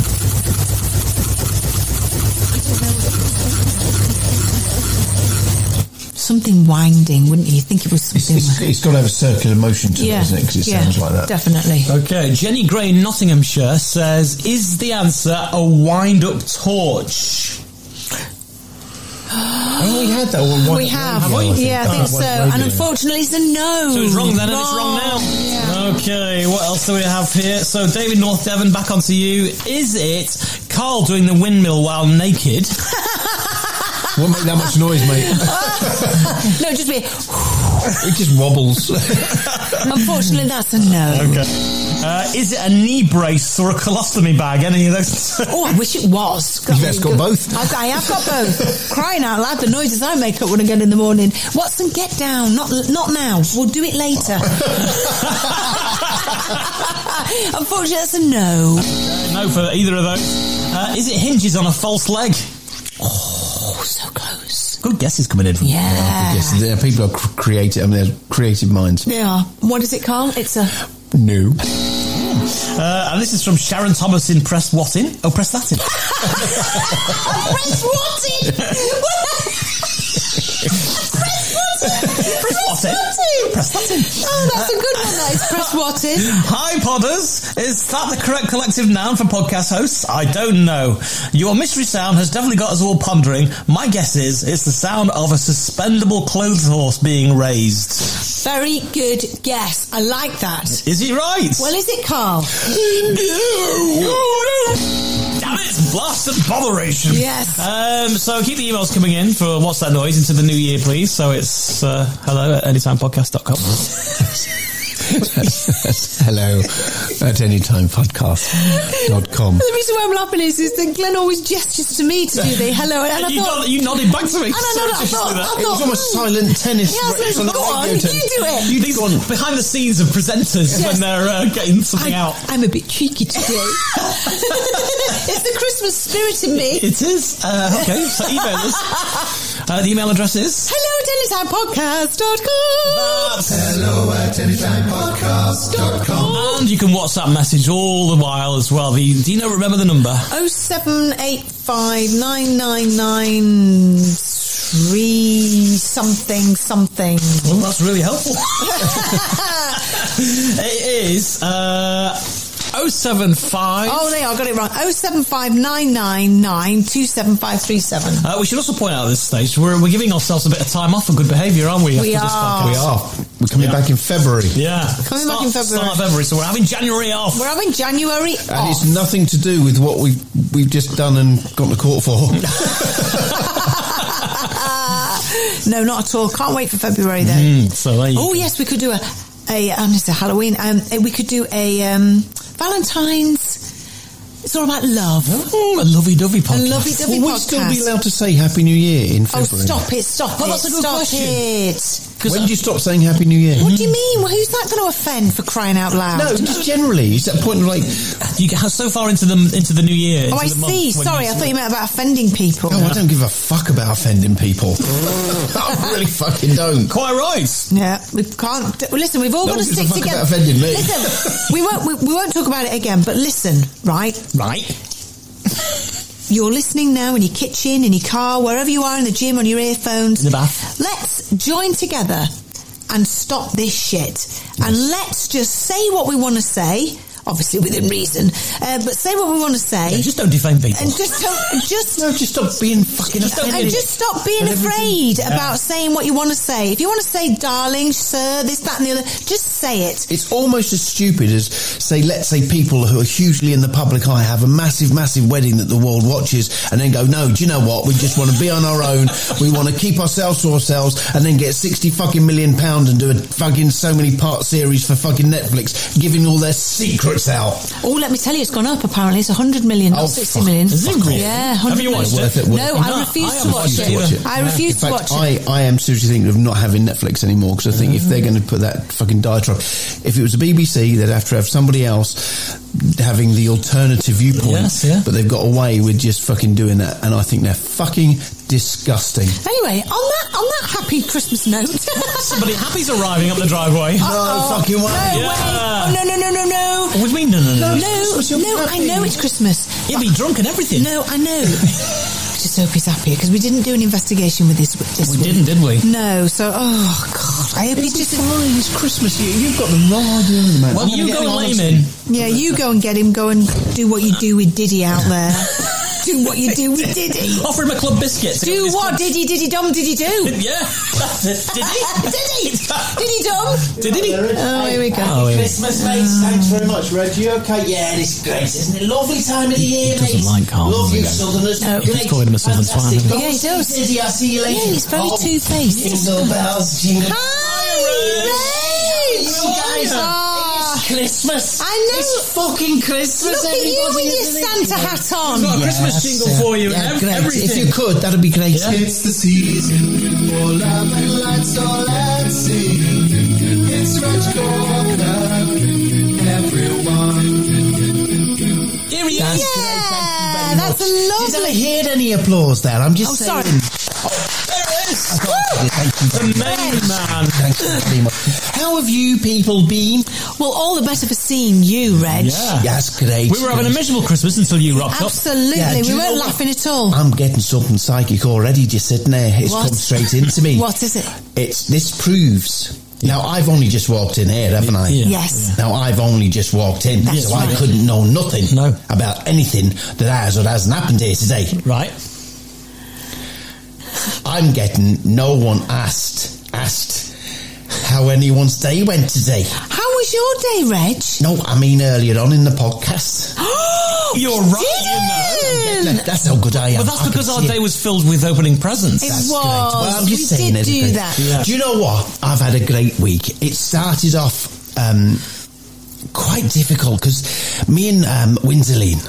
Speaker 4: Something winding, wouldn't you? Think it was something.
Speaker 5: It's got to have a circular motion to it,
Speaker 4: Yeah,
Speaker 5: doesn't it? Because it
Speaker 4: yeah,
Speaker 5: sounds like that. [GASPS]
Speaker 4: Definitely.
Speaker 2: Okay, Jenny Gray in Nottinghamshire says, Is the answer a wind up torch?
Speaker 5: Haven't Oh, we had that one?
Speaker 4: we have. yeah, I
Speaker 5: Ah,
Speaker 4: think so. And unfortunately, it's a no.
Speaker 2: So it's wrong then and it's wrong now. Okay, what else do we have here? So, David North Devon, back onto you. Is it Carl doing the windmill while naked?
Speaker 5: [LAUGHS] Won't make that much noise,
Speaker 2: [LAUGHS]
Speaker 5: mate.
Speaker 4: [LAUGHS] no, just be.
Speaker 5: it just wobbles.
Speaker 4: [LAUGHS] Unfortunately, that's a no.
Speaker 2: Okay. Uh, is it a knee brace or a colostomy bag? Any of those?
Speaker 4: [LAUGHS] Oh, I wish it
Speaker 5: [LAUGHS]
Speaker 4: was.
Speaker 2: You've just got both.
Speaker 4: I've got, I have got both. Crying out loud, the noises I make up when I get in the morning. Watson, get down. Not not now. We'll do it later. [LAUGHS] Unfortunately, that's a no.
Speaker 2: [LAUGHS] No for either of those. Uh, is it hinges on a false leg?
Speaker 4: Oh, so close.
Speaker 2: Good guesses coming in from
Speaker 4: Yeah.
Speaker 5: Yes, there are people who are cr- creative. I mean, they're creative minds.
Speaker 4: Yeah. What is it, Carl? It's a.
Speaker 5: No.
Speaker 2: Uh, and this is from Sharon Thomas in Press What In? Oh, Press That In.
Speaker 4: [LAUGHS]
Speaker 10: Press wanted.
Speaker 2: Press What In? Press That In.
Speaker 4: Oh, that's a good one. That is press what in.
Speaker 2: [LAUGHS] Hi, Podders. Is that the correct collective noun for podcast hosts? I don't know. Your mystery sound has definitely got us all pondering. My guess is it's the sound of a suspendable clothes horse being raised.
Speaker 4: Very good guess. I like that.
Speaker 2: Is he right?
Speaker 4: Well, is it, Carl?
Speaker 2: Damn it, it's blast and botheration.
Speaker 4: Yes.
Speaker 2: Um, so keep the emails coming in for What's That Noise into the new year, please. So it's uh, hello at anytimepodcast.com.
Speaker 5: [LAUGHS] Hello at anytimepodcast.com.
Speaker 4: The reason why I'm laughing is, is that Glenn always gestures to me to do the hello, and I
Speaker 2: You
Speaker 4: thought
Speaker 2: nodded- you nodded back to me.
Speaker 4: And I nodded. I thought, I thought hmm.
Speaker 5: It was almost silent tennis.
Speaker 4: Yeah, I was
Speaker 5: reps
Speaker 4: like,
Speaker 5: the
Speaker 4: go on,
Speaker 5: radio
Speaker 4: you do
Speaker 5: tennis.
Speaker 4: it.
Speaker 2: You These behind the scenes of presenters
Speaker 4: Yes.
Speaker 2: when they're uh, getting something out.
Speaker 4: I'm a bit cheeky today. [LAUGHS] it's the Christmas spirit in me.
Speaker 2: It is. Uh, okay, so email us. Uh, the email address is.
Speaker 4: Hello, DailyTimePodcast.com.
Speaker 10: Hello at anytimepodcast.com.
Speaker 2: And you can WhatsApp message all the while as well. The, do you know,
Speaker 4: [LAUGHS]
Speaker 2: remember the number?
Speaker 4: Oh seven eight five nine nine nine three something something.
Speaker 9: Well, that's really helpful. it is uh, 075.
Speaker 4: Oh, there, I got it wrong. 07599927537.
Speaker 9: Uh, we should also point out at this stage, we're, we're giving ourselves a bit of time off for good behaviour, aren't we?
Speaker 4: We are.
Speaker 5: We are. We're coming back in February.
Speaker 9: Yeah.
Speaker 4: Coming
Speaker 9: start,
Speaker 4: back in February.
Speaker 9: Start of February, so we're having January off.
Speaker 4: We're having January
Speaker 5: And
Speaker 4: off.
Speaker 5: it's nothing to do with what we've we've just done and got to court
Speaker 9: [LAUGHS]
Speaker 5: for.
Speaker 4: No, not at all. Can't wait for February though.
Speaker 9: Mm, so there you
Speaker 4: Oh yes, we could do a a um, it's a Halloween. Um, we could do a um, Valentine's. It's all about love.
Speaker 5: Oh,
Speaker 9: Mm, a lovey-dovey podcast.
Speaker 4: lovey-dovey
Speaker 5: Will we
Speaker 4: podcast.
Speaker 5: still be allowed to say Happy New Year in
Speaker 4: Oh,
Speaker 5: February?
Speaker 4: stop it! Stop
Speaker 9: Well,
Speaker 4: it!
Speaker 9: that's a good
Speaker 4: stop
Speaker 9: question.
Speaker 4: it!
Speaker 5: When do you stop saying Happy New Year?
Speaker 4: What do you mean? Well, who's that going to offend for crying out loud?
Speaker 5: No, just generally. It's that point of like,
Speaker 9: You get so far into the into the new year.
Speaker 4: oh,
Speaker 9: into
Speaker 4: I
Speaker 9: the month
Speaker 4: see.
Speaker 9: when
Speaker 4: Sorry, I thought you meant about offending people.
Speaker 5: oh, I don't give a fuck about offending people. [LAUGHS] I really fucking don't.
Speaker 9: Quite right.
Speaker 4: Yeah, we can't. d- well, Listen, we've all
Speaker 5: No
Speaker 4: got to
Speaker 5: one gives a
Speaker 4: stick
Speaker 5: fuck
Speaker 4: together.
Speaker 5: about offending me.
Speaker 4: Listen, we won't. We, we won't talk about it again. But listen, right?
Speaker 9: Right.
Speaker 4: You're listening now in your kitchen, in your car, wherever you are, in the gym, on your earphones.
Speaker 9: In the bath.
Speaker 4: Let's join together and stop this shit. And let's just say what we want to say, obviously within reason, uh, but say what we want to say.
Speaker 9: Yeah, just don't defame people.
Speaker 4: and just don't, just
Speaker 5: No, just stop being fucking
Speaker 9: Just don't-
Speaker 5: offended.
Speaker 4: and just stop being
Speaker 5: Everything-
Speaker 4: afraid
Speaker 9: Yeah.
Speaker 4: about saying what you want to say. If you want to say darling, sir, this, that, and the other, just say it.
Speaker 5: It's almost as stupid as, say, let's say people who are hugely in the public eye have a massive, massive wedding that the world watches and then go, no, do you know what? We just want to be on our own. We want to keep ourselves to ourselves and then get 60 fucking million pounds and do a fucking so many part series for fucking Netflix, giving all their secrets out.
Speaker 4: Oh, let me tell you, it's gone up apparently. It's 100 million, not
Speaker 5: Oh,
Speaker 4: 60
Speaker 5: fuck.
Speaker 4: million.
Speaker 9: Is it really?
Speaker 4: Yeah,
Speaker 9: Have
Speaker 4: 100
Speaker 9: you watched
Speaker 4: million.
Speaker 9: it?
Speaker 5: Worth it, worth
Speaker 4: No,
Speaker 5: it.
Speaker 4: I
Speaker 9: No,
Speaker 4: refuse
Speaker 9: I
Speaker 4: to
Speaker 9: am
Speaker 4: watch
Speaker 9: refused
Speaker 4: it.
Speaker 9: to watch it.
Speaker 4: I
Speaker 9: Yeah.
Speaker 4: refuse
Speaker 5: In
Speaker 4: to
Speaker 5: fact,
Speaker 4: watch it. Mm.
Speaker 5: I, I am seriously thinking of not having Netflix anymore because I think if they're going to put that fucking diatribe, if it was the BBC, they'd have to have somebody else having the alternative viewpoint.
Speaker 9: Yes, yeah.
Speaker 5: But they've got away with just fucking doing that, and I think they're fucking disgusting.
Speaker 4: Anyway, on that on that happy Christmas note.
Speaker 9: Somebody happy's arriving up the driveway.
Speaker 4: Uh-oh.
Speaker 5: fucking way.
Speaker 4: No
Speaker 9: Yeah.
Speaker 4: way. Oh, no, no, no, no, no.
Speaker 9: What do you mean? No, no,
Speaker 4: No,
Speaker 9: no.
Speaker 4: no, I know it's Christmas.
Speaker 9: He'd be drunk and everything.
Speaker 4: No, I know. I just hope he's happier because we didn't do an investigation with this. This
Speaker 9: we
Speaker 4: week.
Speaker 9: didn't, did we?
Speaker 4: No, so oh god, I hope he's just.
Speaker 5: It's Christmas. You, you've got the raw doing, man.
Speaker 9: Well,
Speaker 5: I'm
Speaker 9: you go
Speaker 5: getting
Speaker 9: and let
Speaker 5: honest
Speaker 9: him in.
Speaker 4: Yeah, you go and get him. Go and do what you do with Diddy out there. do what you do with Diddy.
Speaker 9: Offer him a club biscuit. See
Speaker 4: Do
Speaker 9: he's
Speaker 4: what Diddy Diddy Dum Diddy do.
Speaker 9: got. [LAUGHS] Yeah, that's it. Did
Speaker 4: [LAUGHS] Diddy
Speaker 9: he?
Speaker 4: Diddy Dum.
Speaker 9: Did he?
Speaker 4: Oh, here we go.
Speaker 9: Oh, yeah.
Speaker 17: Christmas, mates. Thanks very much, Reg. You okay? Yeah, this is great, isn't it? Lovely time of the year,
Speaker 9: doesn't
Speaker 17: mates.
Speaker 9: like Carl,
Speaker 17: Love you,
Speaker 9: does he?
Speaker 17: Southerners.
Speaker 4: No. He
Speaker 9: keeps
Speaker 17: Great.
Speaker 9: calling him a Southern twat,
Speaker 17: Fantastic.
Speaker 9: doesn't
Speaker 4: he? Oh, Yeah, he
Speaker 17: Don't
Speaker 4: does.
Speaker 17: see Diddy, I'll see you later.
Speaker 4: Yeah, he's very
Speaker 17: Oh,
Speaker 4: two-faced.
Speaker 17: Jingle bells, jingle
Speaker 4: Hi, Reg.
Speaker 17: You guys.
Speaker 4: Ah.
Speaker 17: It's Christmas.
Speaker 4: I know.
Speaker 17: It's fucking
Speaker 4: Look
Speaker 17: Christmas,
Speaker 4: at you
Speaker 17: everybody.
Speaker 4: with your
Speaker 17: isn't it?
Speaker 4: Santa hat on.
Speaker 9: Got a Christmas jingle for you and ev-
Speaker 5: great. If
Speaker 9: everything.
Speaker 5: you could, that'd be great.
Speaker 3: It's the season for love and lights all at sea. It's Reg Corner, everyone.
Speaker 9: Here he is.
Speaker 4: Yeah, that's
Speaker 5: Did I
Speaker 4: lovely.
Speaker 5: hear any applause there? I'm just
Speaker 4: Oh,
Speaker 5: saying.
Speaker 4: sorry.
Speaker 9: There it is.
Speaker 5: Thank you very
Speaker 9: The main man.
Speaker 5: Thank you very much. How have you people been?
Speaker 4: Well, all the better for seeing you, Reg.
Speaker 9: Yeah.
Speaker 5: Yes, great.
Speaker 9: We were having a miserable Christmas until you rocked up.
Speaker 4: Absolutely.
Speaker 5: Yeah, do
Speaker 4: we
Speaker 5: you
Speaker 4: weren't
Speaker 5: know what?
Speaker 4: laughing at all.
Speaker 5: I'm getting something psychic already just sitting there. It's
Speaker 4: What?
Speaker 5: come straight
Speaker 9: [LAUGHS]
Speaker 5: into me.
Speaker 4: What is it?
Speaker 5: It's this proves. Now I've only just walked in here, haven't I?
Speaker 9: Yeah.
Speaker 4: Yes.
Speaker 5: Now I've only just walked in,
Speaker 4: That's
Speaker 5: so I
Speaker 4: right.
Speaker 5: couldn't know nothing
Speaker 9: No.
Speaker 5: about anything that has or hasn't happened here today.
Speaker 9: Right.
Speaker 5: I'm getting no one asked asked how anyone's day went today.
Speaker 4: How was your day, Reg?
Speaker 5: No, I mean earlier on in the
Speaker 4: [GASPS]
Speaker 5: podcast.
Speaker 9: [GASPS] You're right, you know.
Speaker 5: That- That's how good I am.
Speaker 9: But that's
Speaker 5: I can
Speaker 9: because our
Speaker 5: see it.
Speaker 9: day was filled with opening presents.
Speaker 4: It
Speaker 5: That's
Speaker 4: was.
Speaker 5: great. Well, I'm just
Speaker 4: we
Speaker 5: saying
Speaker 4: did
Speaker 5: it's
Speaker 4: do
Speaker 5: great.
Speaker 4: that.
Speaker 9: Yeah.
Speaker 5: Do you know what? I've had a great week. It started off um, quite difficult because me and um, Winseline,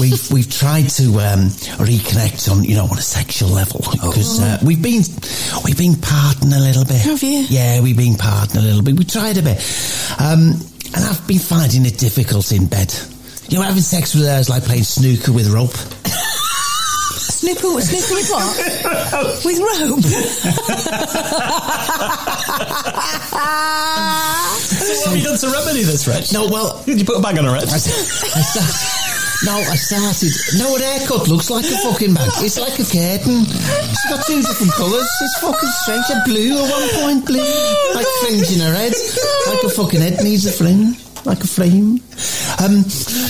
Speaker 4: [LAUGHS]
Speaker 5: we've we've tried to um, reconnect on you know on a sexual level
Speaker 4: Oh.
Speaker 5: because uh, we've been we've been parting a little bit.
Speaker 4: Have you?
Speaker 5: Yeah, we've been parting a little bit. We tried a bit, um, and I've been finding it difficult in bed. You know, having sex with her is like playing snooker with
Speaker 4: [LAUGHS]
Speaker 5: rope. [LAUGHS]
Speaker 4: Snooper, snooper with
Speaker 5: [LAUGHS]
Speaker 4: what? with rope.
Speaker 9: What have you done to remedy this, Reg?
Speaker 5: No, well,
Speaker 9: [LAUGHS] You put a bag on her, Reg.
Speaker 5: I, sta- I, sta- No, I
Speaker 9: [LAUGHS]
Speaker 5: started. No, an haircut looks like a fucking bag. It's like a curtain. She's got two different colours. It's fucking strange. A blue at one point, blue. Like fringe in her head. Like a fucking head needs a fringe. Like a frame. Um,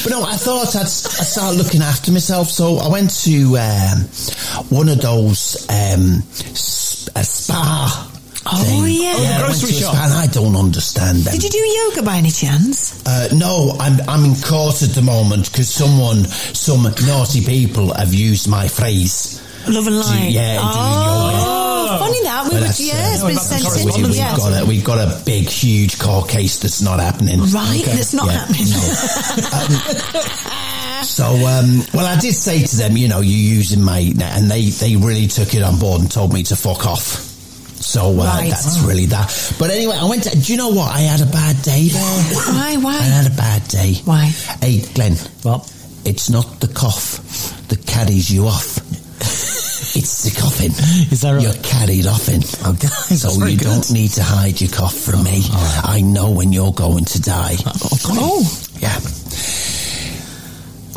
Speaker 5: but no, I thought I'd, I'd start looking after myself. So I went to um, one of those um, s- a spa.
Speaker 4: Oh,
Speaker 5: thing.
Speaker 4: yeah. Oh, the
Speaker 5: I went
Speaker 4: grocery
Speaker 5: to a
Speaker 4: shop.
Speaker 5: spa And I don't understand them.
Speaker 4: Did you do yoga by any chance?
Speaker 5: Uh, no, I'm I'm in court at the moment because someone, some naughty people have used my phrase.
Speaker 4: Love and light. Oh,
Speaker 5: Do- yeah, doing yoga.
Speaker 4: funny that. We
Speaker 5: But
Speaker 4: would-
Speaker 5: that's, uh,
Speaker 4: yeah, it's been
Speaker 5: that's
Speaker 4: sent
Speaker 5: what
Speaker 4: in,
Speaker 5: we do. We've
Speaker 4: yeah.
Speaker 5: got a we've got a big, huge court case that's not happening.
Speaker 4: Right, that's not happening.
Speaker 5: So, um, well, I did say to them, you know, you're using my, and they they really took it on board and told me to fuck off. So uh,
Speaker 4: Right.
Speaker 5: that's really that. But anyway, I went. To, do you know what? I had a bad day
Speaker 4: [LAUGHS]
Speaker 5: there.
Speaker 4: Why? Why? I
Speaker 5: had a bad day.
Speaker 4: Why?
Speaker 5: Hey, Glenn. What? It's not the cough that carries you
Speaker 2: [LAUGHS]
Speaker 5: off. It's the coughing. Is that right? You're carried off in.
Speaker 2: [LAUGHS]
Speaker 5: Okay, so
Speaker 2: Oh, very
Speaker 5: you
Speaker 2: good. Oh,
Speaker 5: don't need to hide your cough from me. I know when you're going to die.
Speaker 4: Oh,
Speaker 5: yeah.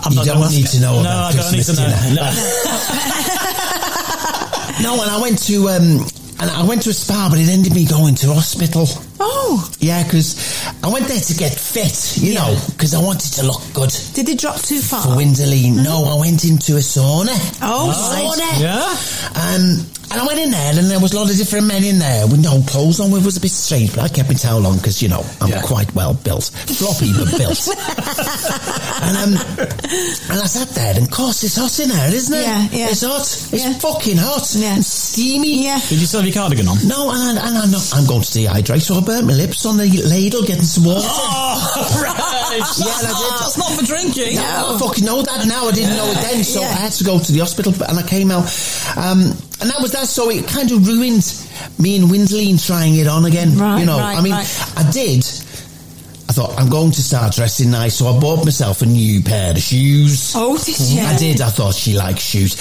Speaker 2: I'm
Speaker 5: you
Speaker 2: not
Speaker 5: don't
Speaker 2: gonna ask
Speaker 5: need
Speaker 2: it.
Speaker 5: to know
Speaker 2: No,
Speaker 5: about
Speaker 2: I don't need
Speaker 5: Christmas
Speaker 2: to know.
Speaker 5: dinner.
Speaker 2: No. [LAUGHS]
Speaker 5: No, and I went to um, and I went to a spa, but it ended me going to hospital.
Speaker 4: Oh,
Speaker 5: yeah, because I went there to get fit, you know, 'cause know, because I wanted to look good.
Speaker 4: Did they drop too far?
Speaker 5: For Winderley, no, I went into a sauna.
Speaker 4: Oh,
Speaker 5: sauna,
Speaker 4: right. Yeah.
Speaker 5: Um, and I went in there, and there was a lot of different men in there with no clothes on. It was a bit strange, but I kept my towel on because you know I'm quite well built, floppy but
Speaker 2: [LAUGHS]
Speaker 5: built. and um, and I sat there, and of course it's hot in there, isn't it?
Speaker 4: Yeah, yeah.
Speaker 5: It's hot. It's fucking hot. Yeah. And steamy. Yeah.
Speaker 2: Did you still have your cardigan on?
Speaker 5: No, and, I, and I'm, not, I'm going to dehydrate, so I burnt my lips on the ladle getting some water.
Speaker 2: Oh, right.
Speaker 5: Yeah, and I did.
Speaker 2: That's not for drinking.
Speaker 5: No, I fucking know that now. I didn't know it then, so I had to go to the hospital, but- and I came out, um, and that was that. So it kind of ruined me and Windleen trying it on again.
Speaker 4: Right,
Speaker 5: you know,
Speaker 4: right,
Speaker 5: I mean,
Speaker 4: right.
Speaker 5: I did. I thought I'm going to start dressing nice, so I bought myself a new pair of shoes.
Speaker 4: Oh, did you?
Speaker 5: I did. I thought she likes shoes.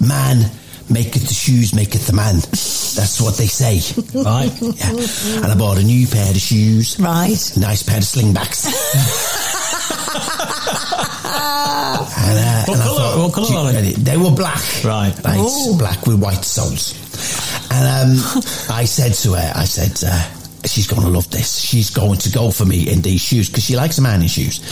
Speaker 5: Man, make it the shoes, make it the man. That's what
Speaker 4: [LAUGHS]
Speaker 5: they say, right? Yeah. And I bought a new pair of shoes.
Speaker 4: Right.
Speaker 5: Nice pair of slingbacks. And, uh, and I thought, do you- They were black. Right.
Speaker 4: Ooh.
Speaker 5: Black with white soles. And [LAUGHS] um, I said to her, I said, uh, she's going to love this. She's going to go for me in these shoes because she likes a man in shoes.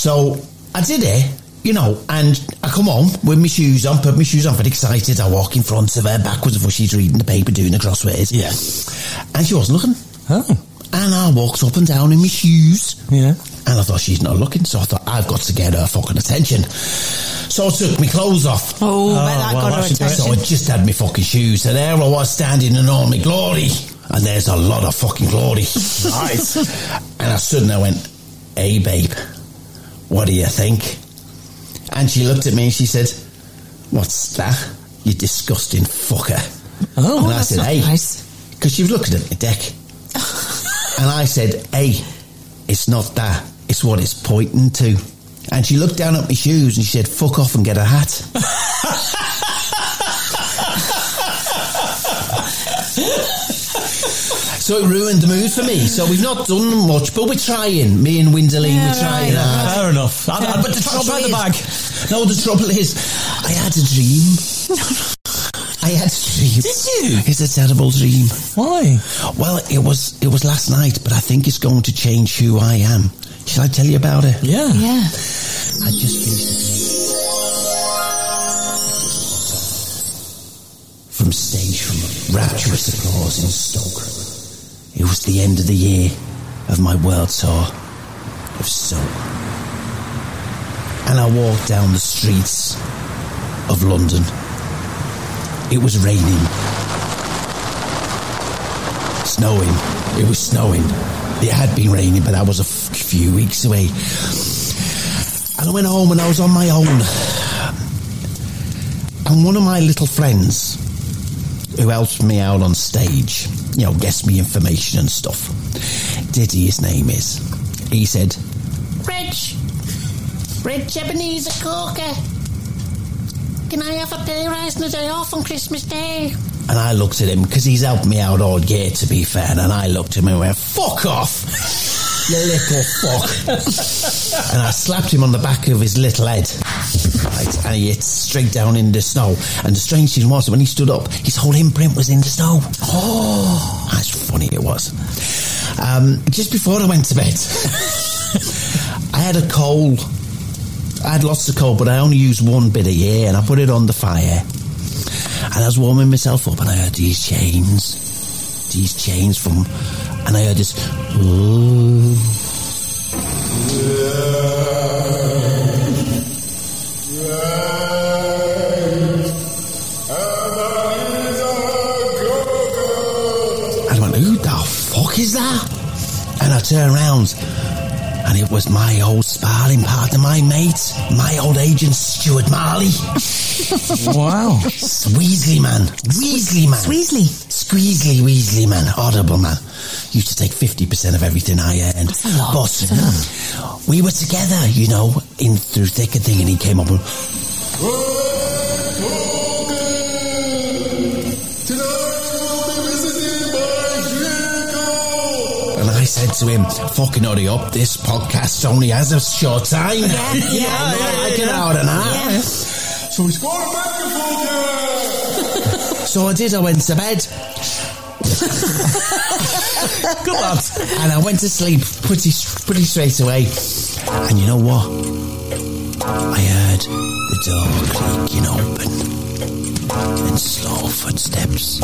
Speaker 5: So I did it, you know, and I come home with my shoes on, put my shoes on, but excited. I walk in front of her, backwards and forwards. She's reading the paper, doing the crosswords. Yeah. And she wasn't looking. Oh. And I walked up and down in my shoes. Yeah. And I thought she's not looking, so I thought I've got to get her fucking attention. So I took my clothes off.
Speaker 4: Oh, bet that got her
Speaker 5: So
Speaker 4: attention.
Speaker 5: I just had my fucking shoes. So there I was standing in all my glory. And there's a lot of fucking glory. Nice. and I stood and I went, Hey babe, what do you think? And she looked at me and she said, What's that? You disgusting fucker.
Speaker 4: Oh,
Speaker 5: and I
Speaker 4: that's
Speaker 5: said,
Speaker 4: not
Speaker 5: Hey. Because she was looking at my deck. and I said, Hey, it's not that. It's what it's pointing to. And she looked down at my shoes and she said, Fuck off and get a hat. So it ruined the mood for me. So we've not done much, but we're trying. Me and Winderley,
Speaker 2: Yeah,
Speaker 5: we're trying
Speaker 2: right,
Speaker 5: hard.
Speaker 2: right. Fair enough. I- I-
Speaker 5: but the
Speaker 2: Try-
Speaker 5: trouble
Speaker 2: try the
Speaker 5: is,
Speaker 2: bag.
Speaker 5: No, the trouble is, I had a dream. I had a dream. Did you? It's a terrible dream. Why? Well, it was it was last night, but I think it's going to change who I am. Shall I tell you about it? Yeah.
Speaker 4: Yeah.
Speaker 5: I just finished the dream. From stage from rapturous applause in Stoke. It was the end of the year of my world tour of Stoke. And I walked down the streets of London. It was raining. Snowing. It was snowing. It had been raining, but that was a f- few weeks away. And I went home and I was on my own. And one of my little friends, who helped me out on stage, you know, gets me information and stuff, Diddy, his name is, he said,
Speaker 18: Rich. Red Japanese a corker. Can I have a pay rise and a day off on Christmas Day?
Speaker 5: And I looked at him because he's helped me out all year, to be fair. And I looked at him and went, "Fuck off."
Speaker 2: You little fuck.
Speaker 5: and I slapped him on the back of his little head. Right, and he hit straight down in the snow. And the strange thing was, when he stood up, his whole imprint was in the snow. Oh, that's funny it was. Um, just before I went to bed, [LAUGHS] I had a coal. I had lots of coal, but I only used one bit a year, and I put it on the fire. And I was warming myself up, and I heard these chains, these chains from, and I heard this. Ooh. And I went, who the fuck is that? And I turned around and it was my old sparring partner, my mate, my old agent, Stuart Marley. wow. Weasley man. Weasley man. Weasley. Squeezly Weasley man. Audible man. Used to take 50% of everything I earned. But we were together, you know, in through thick and thin, and he came up and And I said to him, fucking hurry up, this podcast only has a short time. Yeah, [LAUGHS] yeah, like an hour and a half. So he's going back and forth. so I did, I went to bed. [LAUGHS]
Speaker 4: [LAUGHS]
Speaker 5: Good lad. And I went to sleep pretty, pretty straight away. And you know what? I heard the door creaking open and slow footsteps.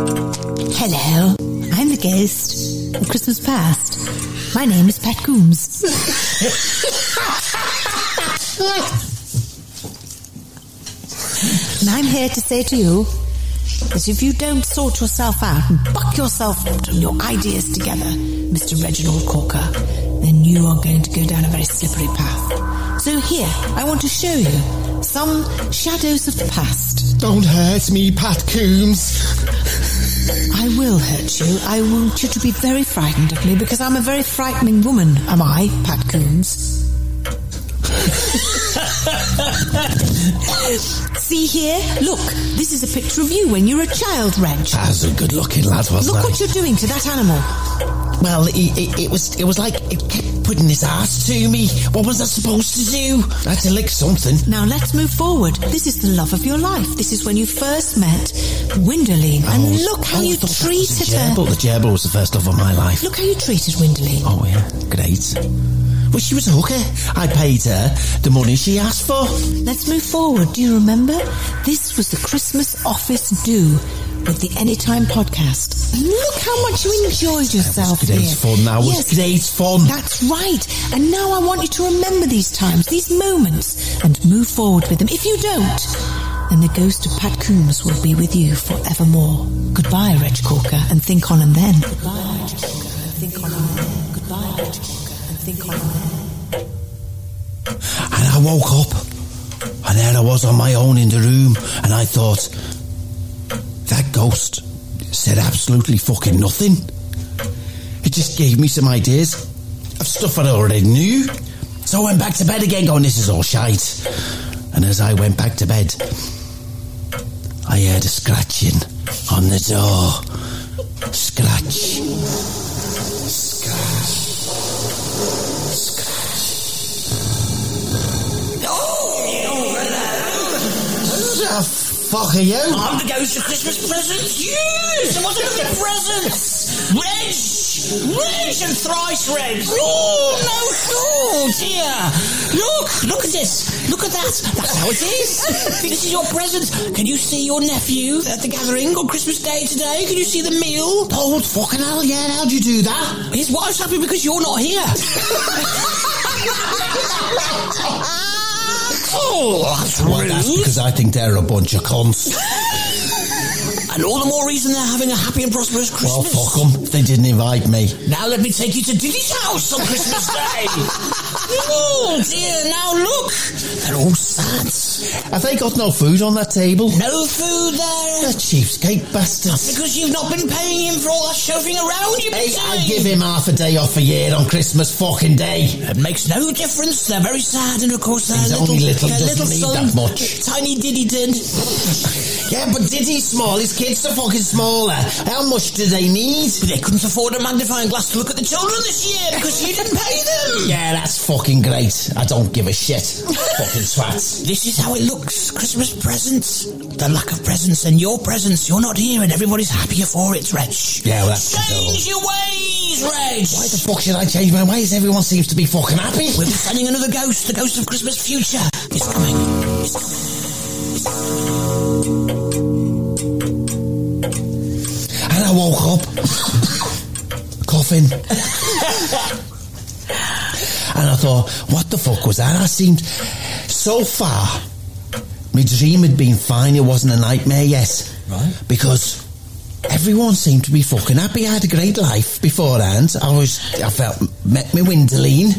Speaker 4: Hello, I'm the ghost of Christmas past. My name is Pat Coombs. and I'm here to say to you that if you don't sort yourself out and buck yourself and your ideas together, Mr. Reginald Corker, then you are going to go down a very slippery path. So here, I want to show you some shadows of the past.
Speaker 19: Don't hurt me, Pat Coombs.
Speaker 4: I will hurt you. I want you to be very frightened of me because I'm a very frightening woman, am I, Pat Coombs? [LAUGHS] See here? Look, this is a picture of you when you were a child, Reg.
Speaker 5: As a good looking lad, wasn't
Speaker 4: Look
Speaker 5: I?
Speaker 4: what you're doing to that animal.
Speaker 5: Well, it, it, it was it was like it kept putting his ass to me. What was I supposed to do? I had to lick something.
Speaker 4: Now let's move forward. This is the love of your life. This is when you first met Winderline. And look how you treated her.
Speaker 5: Gerbil, the gerbil was the first love of my life.
Speaker 4: Look how you treated Winderline.
Speaker 5: Oh yeah, great. Well, she was a hooker. I paid her the money she asked for.
Speaker 4: Let's move forward. Do you remember? This was the Christmas office do with the Anytime podcast. Look how much you enjoyed yourself.
Speaker 5: great
Speaker 4: here.
Speaker 5: fun. That was great fun.
Speaker 4: That's right. And now I want you to remember these times, these moments, and move forward with them. If you don't, then the ghost of Pat Coombs will be with you forevermore. Goodbye, Reg Corker, and think on and then.
Speaker 5: And I woke up, and there I was on my own in the room, and I thought, that ghost said absolutely fucking nothing. It just gave me some ideas of stuff I already knew. So I went back to bed again, going, this is all shite. And as I went back to bed, I heard a scratching on the door. Scratch.
Speaker 2: Who
Speaker 5: the fuck are you?
Speaker 2: I'm the ghost of Christmas presents. You! Someone took the presents! Reg! Reg and thrice Reg! Oh, no, oh dear! Look! Look at this! Look at that! That's how it [LAUGHS] is! this is your present! Can you see your nephew at the gathering on Christmas Day today? Can you see the meal? Oh, fucking hell, yeah, how'd you do that? His wife's happy because you're not [LAUGHS] here! Oh, that's
Speaker 5: Well, that's
Speaker 2: rude.
Speaker 5: because I think they're a bunch of
Speaker 2: [LAUGHS]
Speaker 5: cons.
Speaker 2: And all the more reason they're having a happy and prosperous
Speaker 5: well,
Speaker 2: Christmas.
Speaker 5: fuck 'em. They didn't invite me.
Speaker 2: Now let me take you to Diddy's house on [LAUGHS] Christmas Day. oh dear, now look.
Speaker 5: They're all sad. Have they got no food on that table?
Speaker 2: No food there.
Speaker 5: The cheapskate bastards.
Speaker 2: Because you've not been paying him for all that chauffeuring around you've been
Speaker 5: Hey, I
Speaker 2: doing.
Speaker 5: give him half a day off a year on Christmas fucking day. It
Speaker 2: makes no difference. They're very sad, and of course, they're
Speaker 5: He's
Speaker 2: little,
Speaker 5: only little,
Speaker 2: their
Speaker 5: doesn't
Speaker 2: little
Speaker 5: need
Speaker 2: son,
Speaker 5: that much.
Speaker 2: Tiny Diddy Din. Yeah, but did he small? His kids are fucking smaller. How much do they need? They couldn't afford a magnifying glass to look at the children this year because you didn't pay them.
Speaker 5: Yeah, that's fucking great. I don't give a shit. fucking twat.
Speaker 2: This is how it looks. Christmas presents. The lack of presents and your presents. You're not here and everybody's happier for it, Reg.
Speaker 5: Yeah, well, that's
Speaker 2: Change your ways, Reg.
Speaker 5: Why the fuck should I change my ways? Everyone seems to be fucking
Speaker 2: [LAUGHS]
Speaker 5: happy.
Speaker 2: We'll be sending another ghost. The ghost of Christmas future is coming. It's coming.
Speaker 5: And I woke up, coughing. [LAUGHS] and I thought, what the fuck was that? I seemed so far. My dream had been fine. It wasn't a nightmare yet. Right. Because everyone seemed to be fucking happy. I had a great life beforehand. I was, I felt, met my windoline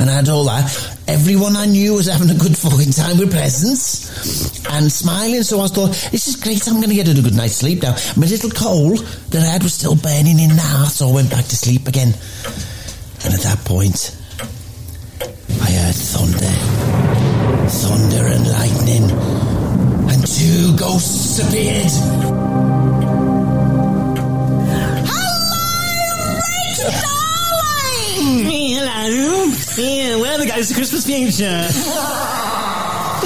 Speaker 5: and I had all that. Everyone I knew was having a good fucking time with presents and smiling. So I thought, this is great. I'm going to get a good night's sleep now. My little coal that I had was still burning in the heart, so I went back to sleep again. And at that point, I heard thunder, thunder and lightning, and two ghosts appeared.
Speaker 2: Hello. Yeah, we're the guys of Christmas future. [LAUGHS]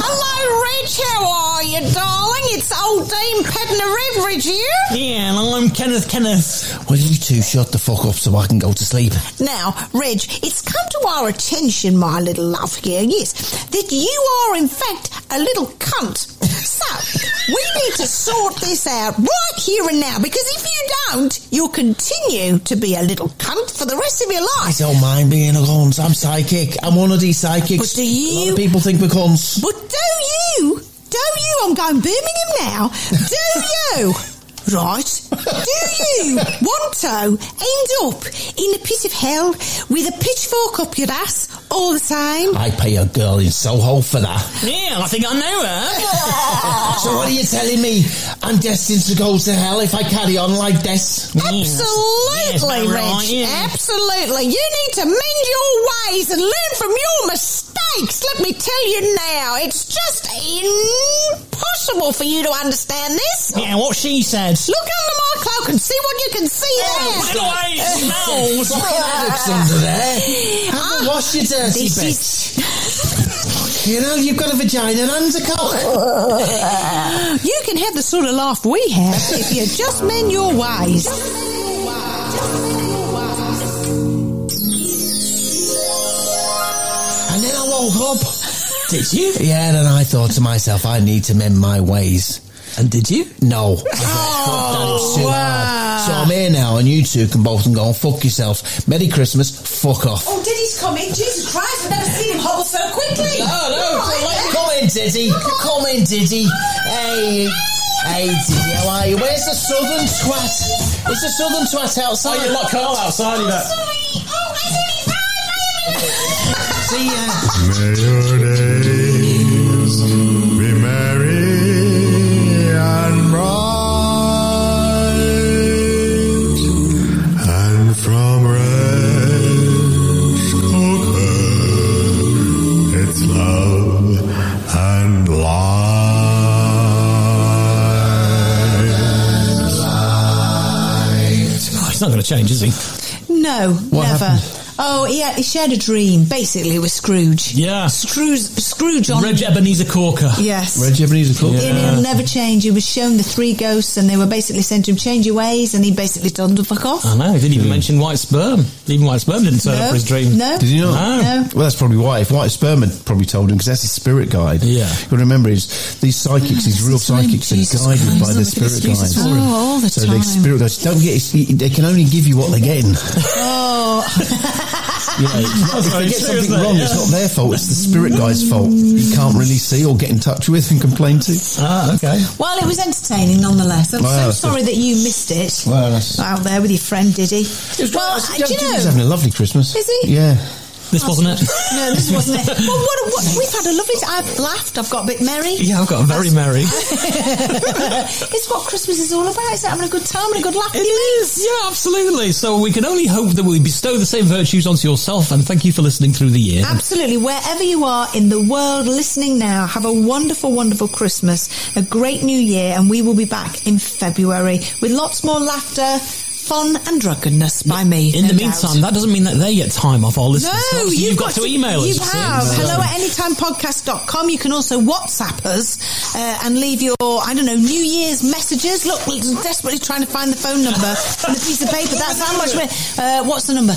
Speaker 20: Hello, Reg. How are you, darling? It's old Dean Pedner Everidge here.
Speaker 2: Yeah, and I'm Kenneth Kenneth.
Speaker 5: Will you two shut the fuck up so I can go to sleep?
Speaker 4: Now, Reg, it's come to our attention, my little love here, yes, that you are in fact a little cunt. So, we need to sort this out right here and now because if you don't, you'll continue to be a little cunt for the rest of your
Speaker 5: I
Speaker 4: life.
Speaker 5: don't mind being a cunt. I'm psychic. I'm one of these psychics.
Speaker 4: But do you-
Speaker 5: A lot of people think we're cunts.
Speaker 4: But do you? Do you? I'm going Birmingham now. Do you? Right. Do you want to end up in the pit of hell with a pitchfork up your ass all the time?
Speaker 5: I pay a girl in Soho for that.
Speaker 2: Yeah, I think I know her.
Speaker 5: So what are you telling me? I'm destined to go to hell if I carry on like this.
Speaker 4: Absolutely,
Speaker 5: Yeah,
Speaker 4: Reg.
Speaker 5: right, yeah.
Speaker 4: Absolutely. You need to mend your ways and learn from your mistakes. Let me tell you now, it's just impossible for you to understand this.
Speaker 2: [LAUGHS] Yeah, what she said.
Speaker 4: Look under my cloak and see what you can
Speaker 5: Oh,
Speaker 4: see there.
Speaker 2: by
Speaker 4: [LAUGHS]
Speaker 2: the way, it smells.
Speaker 5: Fucking addicts under there. Have a wash your dirty
Speaker 4: Ah, This
Speaker 5: bits. You know, you've got a vagina and undercoat.
Speaker 4: You can have the sort of laugh we have if you just mend your ways.
Speaker 9: Oh,
Speaker 5: And then I woke up. [LAUGHS] Did you? Yeah, and I thought to myself, I need to mend my ways. And did you? Oh, No. I thought, "Fuck that, it's too hard." So I'm here now, and you two can both and go and fuck yourself. Merry Christmas. Fuck off.
Speaker 4: Oh, Diddy's coming. Jesus Christ, I've never seen him hobble so quickly.
Speaker 5: Come in, Diddy. Come in, Diddy. Hey. Hey, Diddy, how are you? Where's the southern twat? It's the southern twat outside.
Speaker 21: Oh, you lot Carl outside, you know.
Speaker 5: See uh, ya.
Speaker 7: May your days be merry and bright, and from red ochre it's love and light.
Speaker 21: Oh, he's not going to change, is he?
Speaker 4: No,
Speaker 21: What
Speaker 4: never.
Speaker 21: happened?
Speaker 4: Oh, yeah, he shared a dream, basically, with Scrooge.
Speaker 21: Yeah.
Speaker 4: Scrooge, Scrooge on...
Speaker 21: Reg Ebenezer Corker.
Speaker 4: Yes.
Speaker 10: Red Japanese are cool.
Speaker 4: And It'll never change. He was shown the three ghosts and they were basically saying to him, change your ways, and he basically told them to fuck off.
Speaker 21: I know, he didn't even mention white sperm. Even white sperm didn't turn up
Speaker 4: No,
Speaker 21: for his dream.
Speaker 4: no.
Speaker 10: Did you not?
Speaker 21: No.
Speaker 10: Well, that's probably why. If White Sperm had probably told him, because that's his spirit guide.
Speaker 21: Yeah.
Speaker 10: You remember, is these psychics, these real psychics, are guided by their spirit guides.
Speaker 4: Oh, all the
Speaker 10: so
Speaker 4: time.
Speaker 10: the spirit guides don't get. They can only give you what they're getting.
Speaker 4: Oh,
Speaker 10: You know, it's not- if
Speaker 21: very
Speaker 10: they get
Speaker 21: true,
Speaker 10: something
Speaker 21: isn't it?
Speaker 10: wrong,
Speaker 21: Yeah.
Speaker 10: it's not their fault. It's the spirit guide's fault. You can't really see or get in touch with and complain to.
Speaker 21: Ah, okay.
Speaker 4: well, it was entertaining nonetheless. I'm
Speaker 10: Well,
Speaker 4: so
Speaker 10: that's
Speaker 4: sorry that you missed it.
Speaker 10: Well, that's-
Speaker 4: out there with your friend Diddy. Well, uh, do you
Speaker 10: He's
Speaker 4: know?
Speaker 10: having a lovely Christmas.
Speaker 4: Is he?
Speaker 10: Yeah.
Speaker 9: This wasn't it.
Speaker 4: [LAUGHS] No, this
Speaker 9: [LAUGHS]
Speaker 4: wasn't it. Well, what, what, we've had a lovely. I've laughed. I've got a bit merry.
Speaker 9: Yeah, I've got very merry.
Speaker 4: [LAUGHS] it's what Christmas is all about. It's having a good time and a good laugh.
Speaker 9: It is, yeah, absolutely. So we can only hope that we bestow the same virtues onto yourself, and thank you for listening through the year.
Speaker 4: Absolutely. Wherever you are in the world listening now, have a wonderful, wonderful Christmas, a great new year, and we will be back in February with lots more laughter, fun, and drunkenness by me.
Speaker 9: In the
Speaker 4: no doubt.
Speaker 9: meantime, that doesn't mean that they get time off our listeners.
Speaker 4: No,
Speaker 9: Obviously,
Speaker 4: you've,
Speaker 9: you've got, to, email
Speaker 4: You
Speaker 9: us.
Speaker 4: have. Hello at anytimepodcast.com. You can also WhatsApp us uh, and leave your, I don't know, New Year's messages. Look, we're desperately trying to find the phone number on a piece of paper. That's how much we're. Uh, what's the number?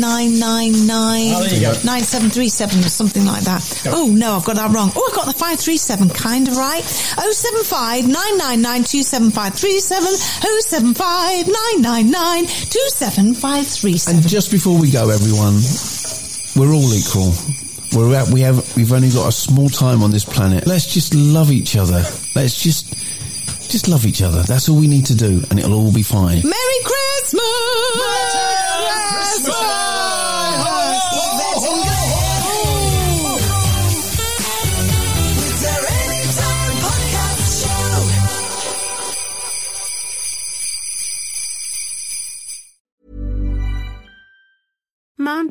Speaker 4: 075999
Speaker 17: Oh, there you go.
Speaker 4: 9737 or something like that. Oh, no, I've got that wrong. Oh, I got the 537 kind of right. 075 999 27537. 075 999 27537.
Speaker 5: And just before we go, everyone, we're all equal. We're at, we have we've only got a small time on this planet. Let's just love each other. Let's just just love each other. That's all we need to do, and it'll all be fine.
Speaker 4: Merry Christmas! Merry
Speaker 22: Mom